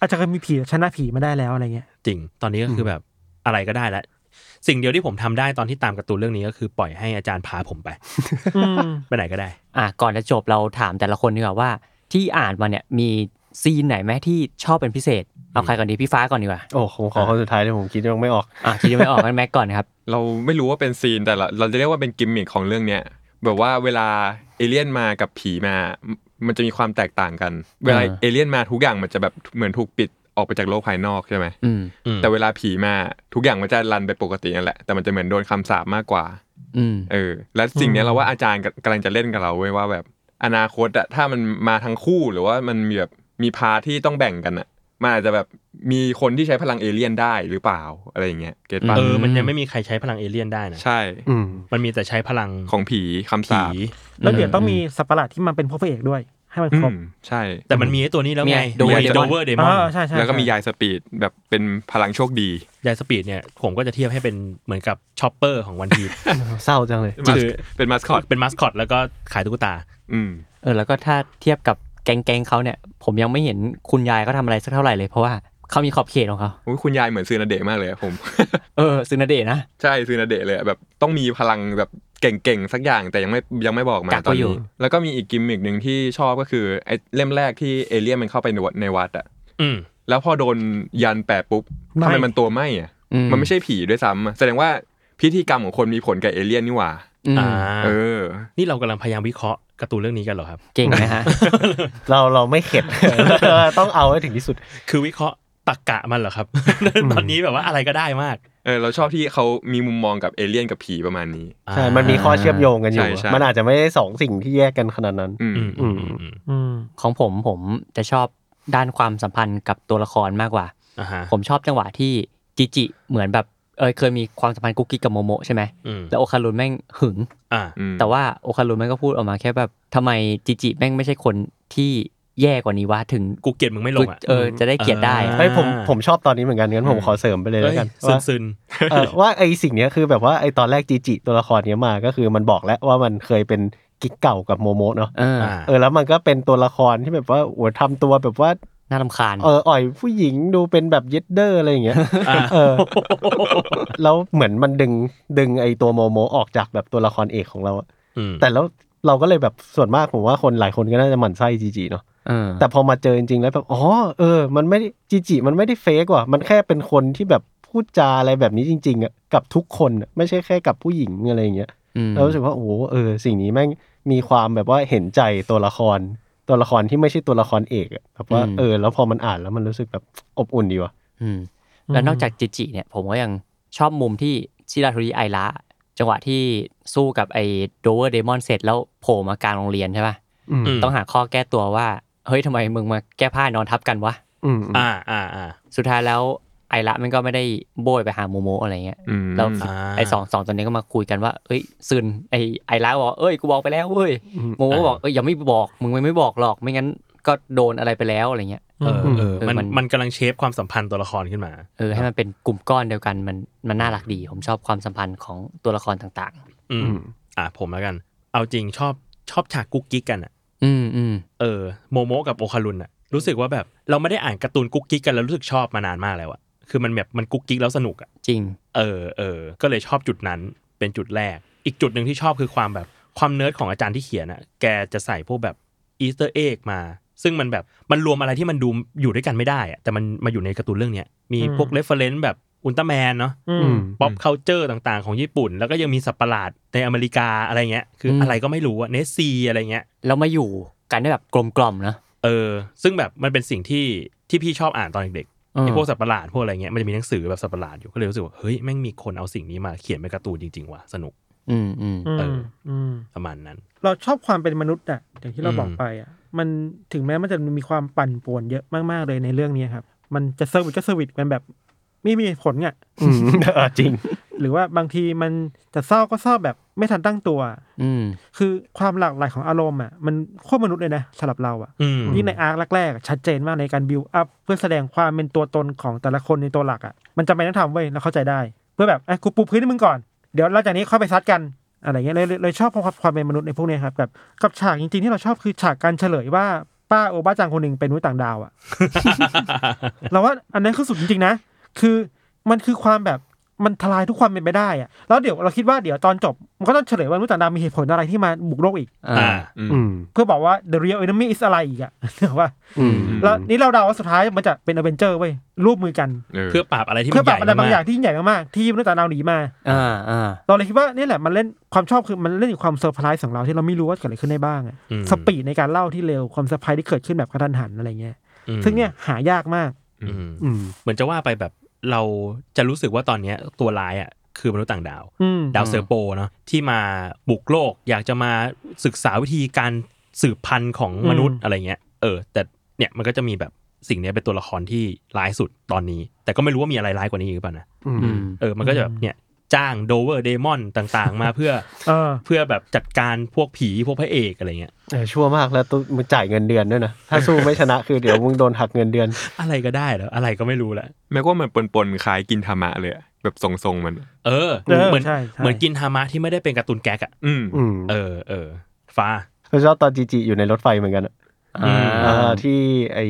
S3: อาจจะเคยมีผีชนะผีมาได้แล้วอะไรเงี้ย
S4: จริง ตอนนี้ก็คือแบบอะไรก็ได้ละสิ่งเดียวที่ผมทำได้ตอนที่ตามการ์ตูนเรื่องนี้ก็คือปล่อยให้อาจารย์พาผมไป
S3: อืม
S4: ไปไหนก็ได้
S2: อ่ะก่อนจะจบเราถามแต่ละคนดีกว่าว่า ที่อ่านมาเนี่ยมีซีนไหนไหมที่ชอบเป็นพิเศษ เอาใครก่อนดีพี่ฟ้าก่อนดีกว่า
S1: โอ้ผมขอคนสุดท้ายเลยผมคิดยังไม่ออก
S2: อ่ะคิดไม่ออกกันแม็กก่อนครับ
S5: เราไม่รู้ว่าเป็นซีนแต่ละเราจะเรียกว่าเป็นกิมมิคของเรื่องเนี้ยแบบว่าเวลาเอเลี่ยนมากับผีมา มันจะมีความแตกต่างกัน เวลา
S2: อ่า
S5: เอเลี่ยนมาทุกอย่างมันจะแบบเหมือนถูกปิดออกไปจากโลกภายนอกใช่ไหม
S2: อืม
S4: อืม
S5: แต่เวลาผีมาทุกอย่างมันจะรันไปปกตินั่นแหละแต่มันจะเหมือนโดนคำสาปมากกว่า
S2: อืม
S5: เออและสิ่งเนี้
S3: อื
S5: ย
S3: ม
S5: เราว่าอาจารย์กำลังจะเล่นกับเราเว้ยว่าแบบอนาคตอะถ้ามันมาทั้งคู่หรือว่ามันมีแบบมีพาร์ทที่ต้องแบ่งกันอะมันอาจจะแบบมีคนที่ใช้พลังเอเลี่ยนได้หรือเปล่าอะไรอย่างเงี้ยเก็ตปะ
S4: เออมันยังไม่มีใครใช้พลังเอเลี่ยนได้นะ
S5: ใช่
S1: อืม
S4: มันมีแต่ใช้พลัง
S5: ของผีคำ
S4: ผี
S5: สาป
S3: แล้วเดี๋ยวต้องมีสัตว์ประหลาดที่มันเป็นพวกพระเอกด้วย ให้มันครบ
S5: อืมใช่
S4: แต่มันมีไอ้ตัวนี้แล้ว
S2: เนี่
S4: ไง
S2: ย Dover
S4: โดเวอร์เดมอ
S3: อ่าน ใช่ใช่
S5: แล้วก็มี
S3: ใช่
S5: ยายสปีดแบบเป็นพลังโชคดี
S4: ยายสปีดเนี่ยผมก็จะเทียบให้เป็นเหมือนกับช็อปเปอร์ของวันพี
S1: เศร้าจังเลย
S4: คือ
S5: เป็นมาสคอต
S4: เป็นมาสคอตแล้วก็ขายตุ๊กตา
S5: อืม
S2: เออแล้วก็ถ้าเทียบกับแก๊งๆเขาเนี่ย ผมยังไม่เห็นคุณยายเขาทำอะไรสักเท่าไหร่เลยเพราะว่าเขามีขอบเขตของเขา
S5: อุ๊ยคุณยายเหมือนซื้อนาเดะมากเลยอะผม
S2: เออซึนาเดะนะ
S5: ใช่ซื้อนาเดะเลยอะแบบต้องมีพลังแบบเก่งๆ สักอย่างแต่ยังไม่ยังไม่บอกมา
S2: กักไว้
S5: ตอน
S2: อยู่
S5: นี้แล้วก็มีอีกกิมมิกหนึ่งที่ชอบก็คือไอ้เล่มแรกที่เอเลี่ยนมันเข้าไปในวัดในวัดอะ
S4: อืม
S5: แล้วพอโดนยันแปะปุ๊บทำไมมันตัวไหมอะ
S2: อื
S5: มันไม่ใช่ผีด้วยซ้ำอะแสดงว่าพิธีกรรมของคนมีผลกับเอเลี่ยนนี่หว่า
S2: อืม
S4: อ่า
S5: เออ
S4: นี่เรากำลังพยายามวิเคราะห์การ์ตูนเรื่องนี้กันเหรอครับ
S2: เก่งนะฮะ
S1: เราเราไม่เข็ด ต้องเอาให้ถึงที่สุด
S4: คือวิเคราะห์ตรกกะมันเหรอครับ ตอนนี้แบบว่าอะไรก็ได้มาก
S5: เออเราชอบที่เขามีมุมมองกับเอเลี่ยนกับผีประมาณนี้
S1: ใช่ มันมีข้อเชื่อมโยงกันอยู่
S5: ใช่ใช่
S1: มันอาจจะไม่ได้สองสิ่งที่แยกกันขนาดนั้น
S5: อืม
S4: อืมอืมอืมอืม
S3: อืม
S2: ของผมผมจะชอบด้านความสัมพันธ์กับตัวละครมากกว่า
S4: อ่าฮะ
S2: ผมชอบจังหวะที่จิจิเหมือนแบบเออเคยมีความสัมพันธ์กุ๊กกิ๊กกับโมโมะใช่ไหม
S4: อืม
S2: แล้วโอคารุนแม่งหึง
S4: อ่า
S5: อืม
S2: แต่ว่าโอคารุนแม่งก็พูดออกมาแค่แบบทำไมจิจิแม่งไม่ใช่คนที่แย่กว่านี้วะถึง
S4: กูเกลียดมึงไม่ลงอ่ะ
S2: เออจะได้เกลียดได้
S4: อ่า
S1: เฮ้ยผมผมชอบตอนนี้เหมือนกันงั้นผมขอเสริมไปเลยแล้วกัน
S4: ซึ
S1: ว่าน
S4: ซึน
S1: เอ่อว่าไอสิ่งเนี้ยคือแบบว่าไอตอนแรกจีจิตัวละครเนี้ยมาก็คือมันบอกแล้วว่ามันเคยเป็นกิ๊กเก่ากับโมโมะเนาะ
S2: เออ
S4: ๆอ่า
S1: เออแล้วมันก็เป็นตัวละครที่แบบว่าโอ้ทำตัวแบบว่า
S2: น่ารำคาญ
S1: เอออ่อยผู้หญิงดูเป็นแบบเย็ดเดอร์อะไรอย่างเงี้ย
S4: า
S1: เออ แล้วเหมือนมันดึงดึงไอตัวโมโมะออกจากแบบตัวละครเอกของเราอะ
S4: ม
S1: แต่แล้วเราก็เลยแบบส่วนมากผมว่าคนหลายคนก็น่าจะหมั่นไส้จีจีเนาะ
S2: เออ
S1: แต่พอมาเจอจริงๆแล้วแบบอ๋อเออ มันไม่ได้จีจิมันไม่ได้เฟกว่ะมันแค่เป็นคนที่แบบพูดจาอะไรแบบนี้จริงๆอ่ะกับทุกคนอะไม่ใช่แค่กับผู้หญิงอะไรอย่างเงี้ย
S2: อืม
S1: แล้วรู้สึกว่าโอ้โหเออสิ่งนี้แม่งมีความแบบว่าเห็นใจตัวละคร ตัวละครที่ไม่ใช่ตัวละครเอกอะแบบว่าเออ แล้วพอมันอ่านแล้วมันรู้สึกแบบอบอุ่นดีว่ะ
S2: อืมแล้วนอกจากจิจิเนี่ยผมก็ยังชอบมุมที่ชิราโทริไอระจังหวะที่สู้กับไอ้โดเวอร์เดมอนเสร็จแล้วโผล่มากลางโรงเรียนใช่ป่ะ
S4: อืม
S2: ต้องหาข้อแก้ตัวว่า เฮ้ยทำไมมึงมาแก้ผ้านอนทับกันวะ
S1: อืม
S4: อ่าอ่าอ่า
S2: สุดท้ายแล้วไอระมันก็ไม่ได้โบยไปหาโมโมอะไรเงี้ย
S5: อืม
S2: แล้ว
S4: อ่า
S2: ไอสองสองตัวนี้ก็มาคุยกันว่าเอ้ยซึนไอไอระบอกเอ้ยกูบอกไปแล้วเว้ยโมโมบอกเอ้ยอย่าไม่บอกมึงไม่บอกหรอกไม่งั้นก็โดนอะไรไปแล้วอะไรเงี้ย
S4: เออเออ
S2: เออ
S4: มัน
S2: มัน
S4: มันกำลังเชฟความสัมพันธ์ตัวละครขึ้นมา
S2: เออให้มันเป็นกลุ่มก้อนเดียวกันมันมันน่ารักดี ผมชอบความสัมพันธ์ของตัวละครต่าง
S4: อืมอ่าผมแล้วกัน เอาจริงชอบชอบฉากกุ๊กกิ๊กกันอ่ะ
S2: ๆ อืมอืม
S4: เออโมโมะกับโอคารุนอะรู้สึกว่าแบบเราไม่ได้อ่านการ์ตูนกุ๊กกิ๊กกันแล้วรู้สึกชอบมานานมากแล้วอะคือมันแบบมันกุ๊กกิ๊กแล้วสนุกอะ
S2: จริง
S4: เออเออก็เลยชอบจุดนั้นเป็นจุดแรก อีกจุดหนึ่งที่ชอบคือความแบบความเนิร์ดของอาจารย์ที่เขียนอะแกจะใส่พวกแบบอีสเตอร์เอ็กมา ซึ่งมันแบบมันรวมอะไรที่มันดูอยู่ด้วยกันไม่ได้อะแต่มันมาอยู่ในการ์ตูนเรื่องเนี้ยมีพวก
S3: อืม
S4: เรฟเฟรนซ์แบบอุลตร้าแมนเนาะ
S3: อื
S1: อื
S3: ม
S1: ม
S4: ป๊อปเคาเจอร์ต่างๆ ของญี่ปุ่น แล้วก็ยังมีสัตว์ประหลาดในอเมริกาอะไรเงี้ยคืออ
S2: ม
S4: อะไรก็ไม่รู้อะเนสซีอะไรเงี้ย
S2: แล้วมาอยู่กันได้แบบกลมกล่อมๆนะ
S4: เออซึ่งแบบมันเป็นสิ่งที่ที่พี่ชอบอ่านตอนเด็กๆ
S2: เออ
S4: ไอ้พวกสัตว์ประหลาดพวกอะไรเงี้ยมันจะมีหนังสือแบบสัตว์ประหลาดอยู่ก็เลยรู้สึกว่าเฮ้ยแม่งมีคนเอาสิ่งนี้มาเขียนเป็นการ์ตูนจริงๆว่ะสนุก
S2: อืมอืม
S3: อื
S4: เอ
S3: ม
S4: อ
S3: อืม
S4: ประมาณนั้น
S3: เราชอบความเป็นมนุษย์อะอย่างที่เรา
S4: อืม
S3: บอกไปอะมันถึงแม้มันจะมีความปั่นป่วนเยอะมากๆเลยในเรื่องเนี้ยครับ มันจะเซอร์วิสก็เซอร์วิสมันแบบ ไม่มีเหตุผลอะ
S1: อืมเออจริง
S3: หรือว่าบางทีมันจะเศร้าก็เศร้าแบบไม่ทันตั้งตัว
S2: อืม
S3: คือความหลากหลายของอารมณ์อ่ะมันโคตรมนุษย์เลยนะสำหรับเราอ่ะ
S4: อืม
S3: ยิ่งในอาร์คแรกๆอะชัดเจนมากในการบิวอัพเพื่อแสดงความเป็นตัวตนของแต่ละคนในตัวหลักอ่ะมันจำเป็นต้องทำเว้ยเราเข้าใจได้ เพื่อแบบไอ้ยกูปูพื้นให้มึงก่อนเดี๋ยวหลังจากนี้ค่อยไปซัดกันอะไรเงี้ยเลยเลยเลยชอบความความเป็นมนุษย์ในพวกเนี้ยครับแบบกับฉากจริงๆที่เราชอบคือฉากการเฉลยว่าป้าโอบ้าจังคนหนึ่งเป็นมนุษย์ต่างดาวอ่ะ เราว่าอันนั้นคือสุดจริงๆนะ คือมันคือความแบบมันทลายทุกความเป็นไปได้อะแล้วเดี๋ยวเราคิดว่าเดี๋ยวตอนจบ มันก็ต้องเฉลยว่ารู้ต่างดาวมีเหตุผลอะไรที่มาบุกโลกอีก
S2: อ่า
S4: อ่า
S1: อืม
S3: เพื่อบอกว่า the real enemy is อะไรอีกอะ แต่ว่า
S1: อืม
S3: แล้วนี่เราเดาว่าสุดท้ายมันจะเป็นอเวนเจอร์เว้ยรูปมือกัน
S4: เพื่อปราบอะไรที่
S3: เพื่
S4: มั
S3: อน ป
S4: ใหญ่
S3: รับอะไรบางอย่าม
S4: าง ก
S3: ที่ยิ่งใหญ่มากๆที่มนุษย์ต่างดาวหนีมา
S2: อ่าอ่า
S3: เราเลยคิดว่านี่แหละมันเล่นความชอบคือมันเล่นอยู่ความเซอร์ไพรส์ของเราที่เราไม่รู้ว่าเกิดอะไรขึ้นได้บ้างอะ
S4: ๆอืม
S3: สปีดในการเล่าที่เร็วความเซอร์ไพรส์ที่เกิดขึ้นแบบกระทันหันอะไรเงี้ย
S4: อืม
S3: ซึ่งเนี่ยหายากมาก
S4: อืม
S1: อืม
S4: เหมือนจะว่าไปแบบเราจะรู้สึกว่าตอนเนี้ยตัวร้ายอ่ะคือมนุษย์ต่างดาว
S3: อืม
S4: ดาวเซอร์โปเนาะที่มาบุกโลก อยากจะมาศึกษาวิธีการสืบพันธุ์ของมนุษย์
S3: อืม
S4: อะไรเงี้ยเออ แต่เนี่ยมันก็จะมีแบบสิ่งเนี้ยเป็นตัวละครที่ร้ายสุดตอนนี้ แต่ก็ไม่รู้ว่ามีอะไรร้ายกว่านี้อีกหรือเปล่านะ
S1: อืม
S2: อืม
S4: เออมันก็จะแบบเนี่ยจ้างโดเวอร์เดมอนต่างๆ มาเพื่อ
S3: เออ
S4: เพื่อแบบจัดการพวกผีพวกพระเอกอะไรเงี้ย
S1: เออชั่วมากแล้วตุมึงจ่ายเงินเดือนด้วยนะ ถ้าสู้ไม่ชนะคือเดี๋ยวมึงโดนหักเงินเดือน
S4: อะไรก็ได้แล้วอะไรก็ไม่รู้ละ
S5: แม้ว่ามันปนๆคล้ายกินธรรมะเลยอะแบบทรงๆมัน
S4: เออ
S3: เออ
S4: เหมือน
S3: ใช่ใช่
S4: เหมือนกินฮามะที่ไม่ได้เป็นการ์ตูนแก๊กอะ
S5: อืม
S1: อืม
S4: เออเออฟ้า
S1: เราชอบตอนจีจีอยู่ในรถไฟเหมือนกันอะ
S2: อ่า
S1: เออที่ไอ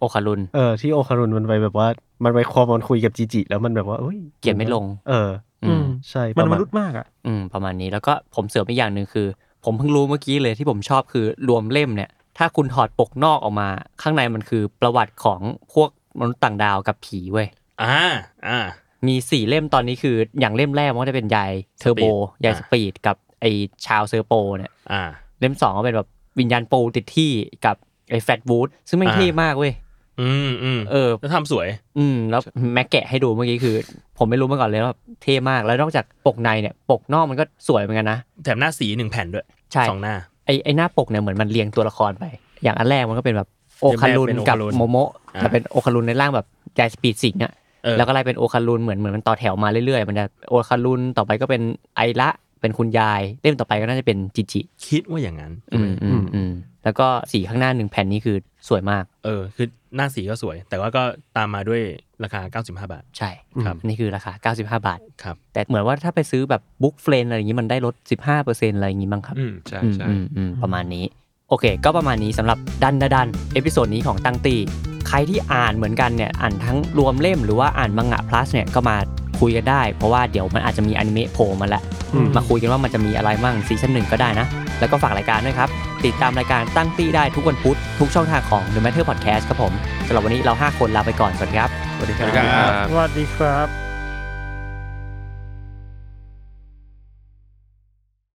S2: โอคารุน
S1: เออที่โอคารุนมันไปแบบว่ามันไปคอมันคุยกับจีจีแล้วมันแบบว่าอ้ย
S2: เกลียดไม่ลง
S1: เออ
S2: อืม
S1: ใช่
S3: มัน
S1: ประ
S3: ม
S1: มาณ
S3: นุษย์มากอ่ะ
S2: อืมประมาณนี้แล้วก็ผมเสริมอีกอย่างหนึ่งคือ ผมเพิ่งรู้เมื่อกี้เลยที่ผมชอบคือรวมเล่มเนี่ย ถ้าคุณถอดปกนอกออกมา ข้างในมันคือประวัติของพวกมนุษย์ต่างดาวกับผีเว้ย
S4: อ่าอ่า
S2: มีสี่เล่มตอนนี้คืออย่างเล่มแรกมันก็จะเป็นยายเทอร์โบ
S4: Speed
S2: ยาย
S4: อ่า
S2: สปีดกับไอชาวเซอร์โปเนี่ย
S4: อ่า
S2: เล่มสองก็เป็นแบบวิญญาณปูติดที่กับไอแฟตวูดซึ่งแม่ง
S4: อ่า
S2: เท่มากเว้ย
S4: อืมอืม
S2: เออ
S4: แล้วทำสวย
S2: อืมแล้วแม็กแกะให้ดูเมื่อกี้คือ ผมไม่รู้มาก่อนเลยว่าเท่มากแล้วนอกจากปกในเนี่ย ปกนอกมันก็สวยเหมือนกันนะ
S4: แถมหน้าสีหนึ่งแผ่นด้วย
S2: ใช่
S4: สองหน้า
S2: ไอ้ไอ้หน้าปกเนี่ยเหมือนมันเรียงตัวละครไป อย่างอันแรกมันก็เป็นแบบโอคารุน
S4: เป็นโอ
S2: กับ
S4: คารุน
S2: โมโมะ
S4: อ่า
S2: แต่เป็นโอคารุนในร่างแบบยายสปีดสิงห์อะ
S4: เออ
S2: แล้วก็ไล่เป็นโอคารุนเหมือนเหมือนมันต่อแถวมาเรื่อยๆ มันจะโอคารุนต่อไปก็เป็นไอระเป็นคุณยายเล่มต่อไปก็น่าจะเป็นจิจิ
S4: คิดว่าอย่างนั้น
S2: อืมอืมอืมแล้วก็สีข้างหน้าหนึ่งแผ่นนี้คือสวยมาก
S4: เออ คือหน้าสีก็สวย แต่ว่าก็ตามมาด้วยราคา 95 บาท
S2: ใช่
S4: ครับ
S2: นี่คือราคา 95 บาท
S4: ครับ
S2: แต่เหมือนว่าถ้าไปซื้อแบบบุ๊กเฟรนอะไรอย่างนี้มันได้ลด 15%อะไรอย่างนี้บ้างครับ
S5: อืม ใช่
S2: อืม
S5: ใช่
S2: อืมอืมประมาณนี้ โอเค ก็ประมาณนี้สำหรับดันดาดัน เอพิโซดนี้ของตั้งตีใครที่อ่านเหมือนกันเนี่ยอ่านทั้งรวมเล่มหรือว่าอ่านมังงะ plus เนี่ยก็มาคุยกันได้ เพราะว่าเดี๋ยวมันอาจจะมีอนิเมะโผล่มาแล้ว
S1: อืม
S2: มาคุยกันว่ามันจะมีอะไรมั่งซีซั่นหนึ่งก็ได้นะ แล้วก็ฝากรายการด้วยครับ ติดตามรายการตั้งตี้ได้ทุกวันพุธทุกช่องทางของ The Matter Podcast ครับผมสำหรับวันนี้เราห้าคนลาไปก่อนสวัสดีครับ
S5: สวัสดีครับ
S3: สวัสดีครับ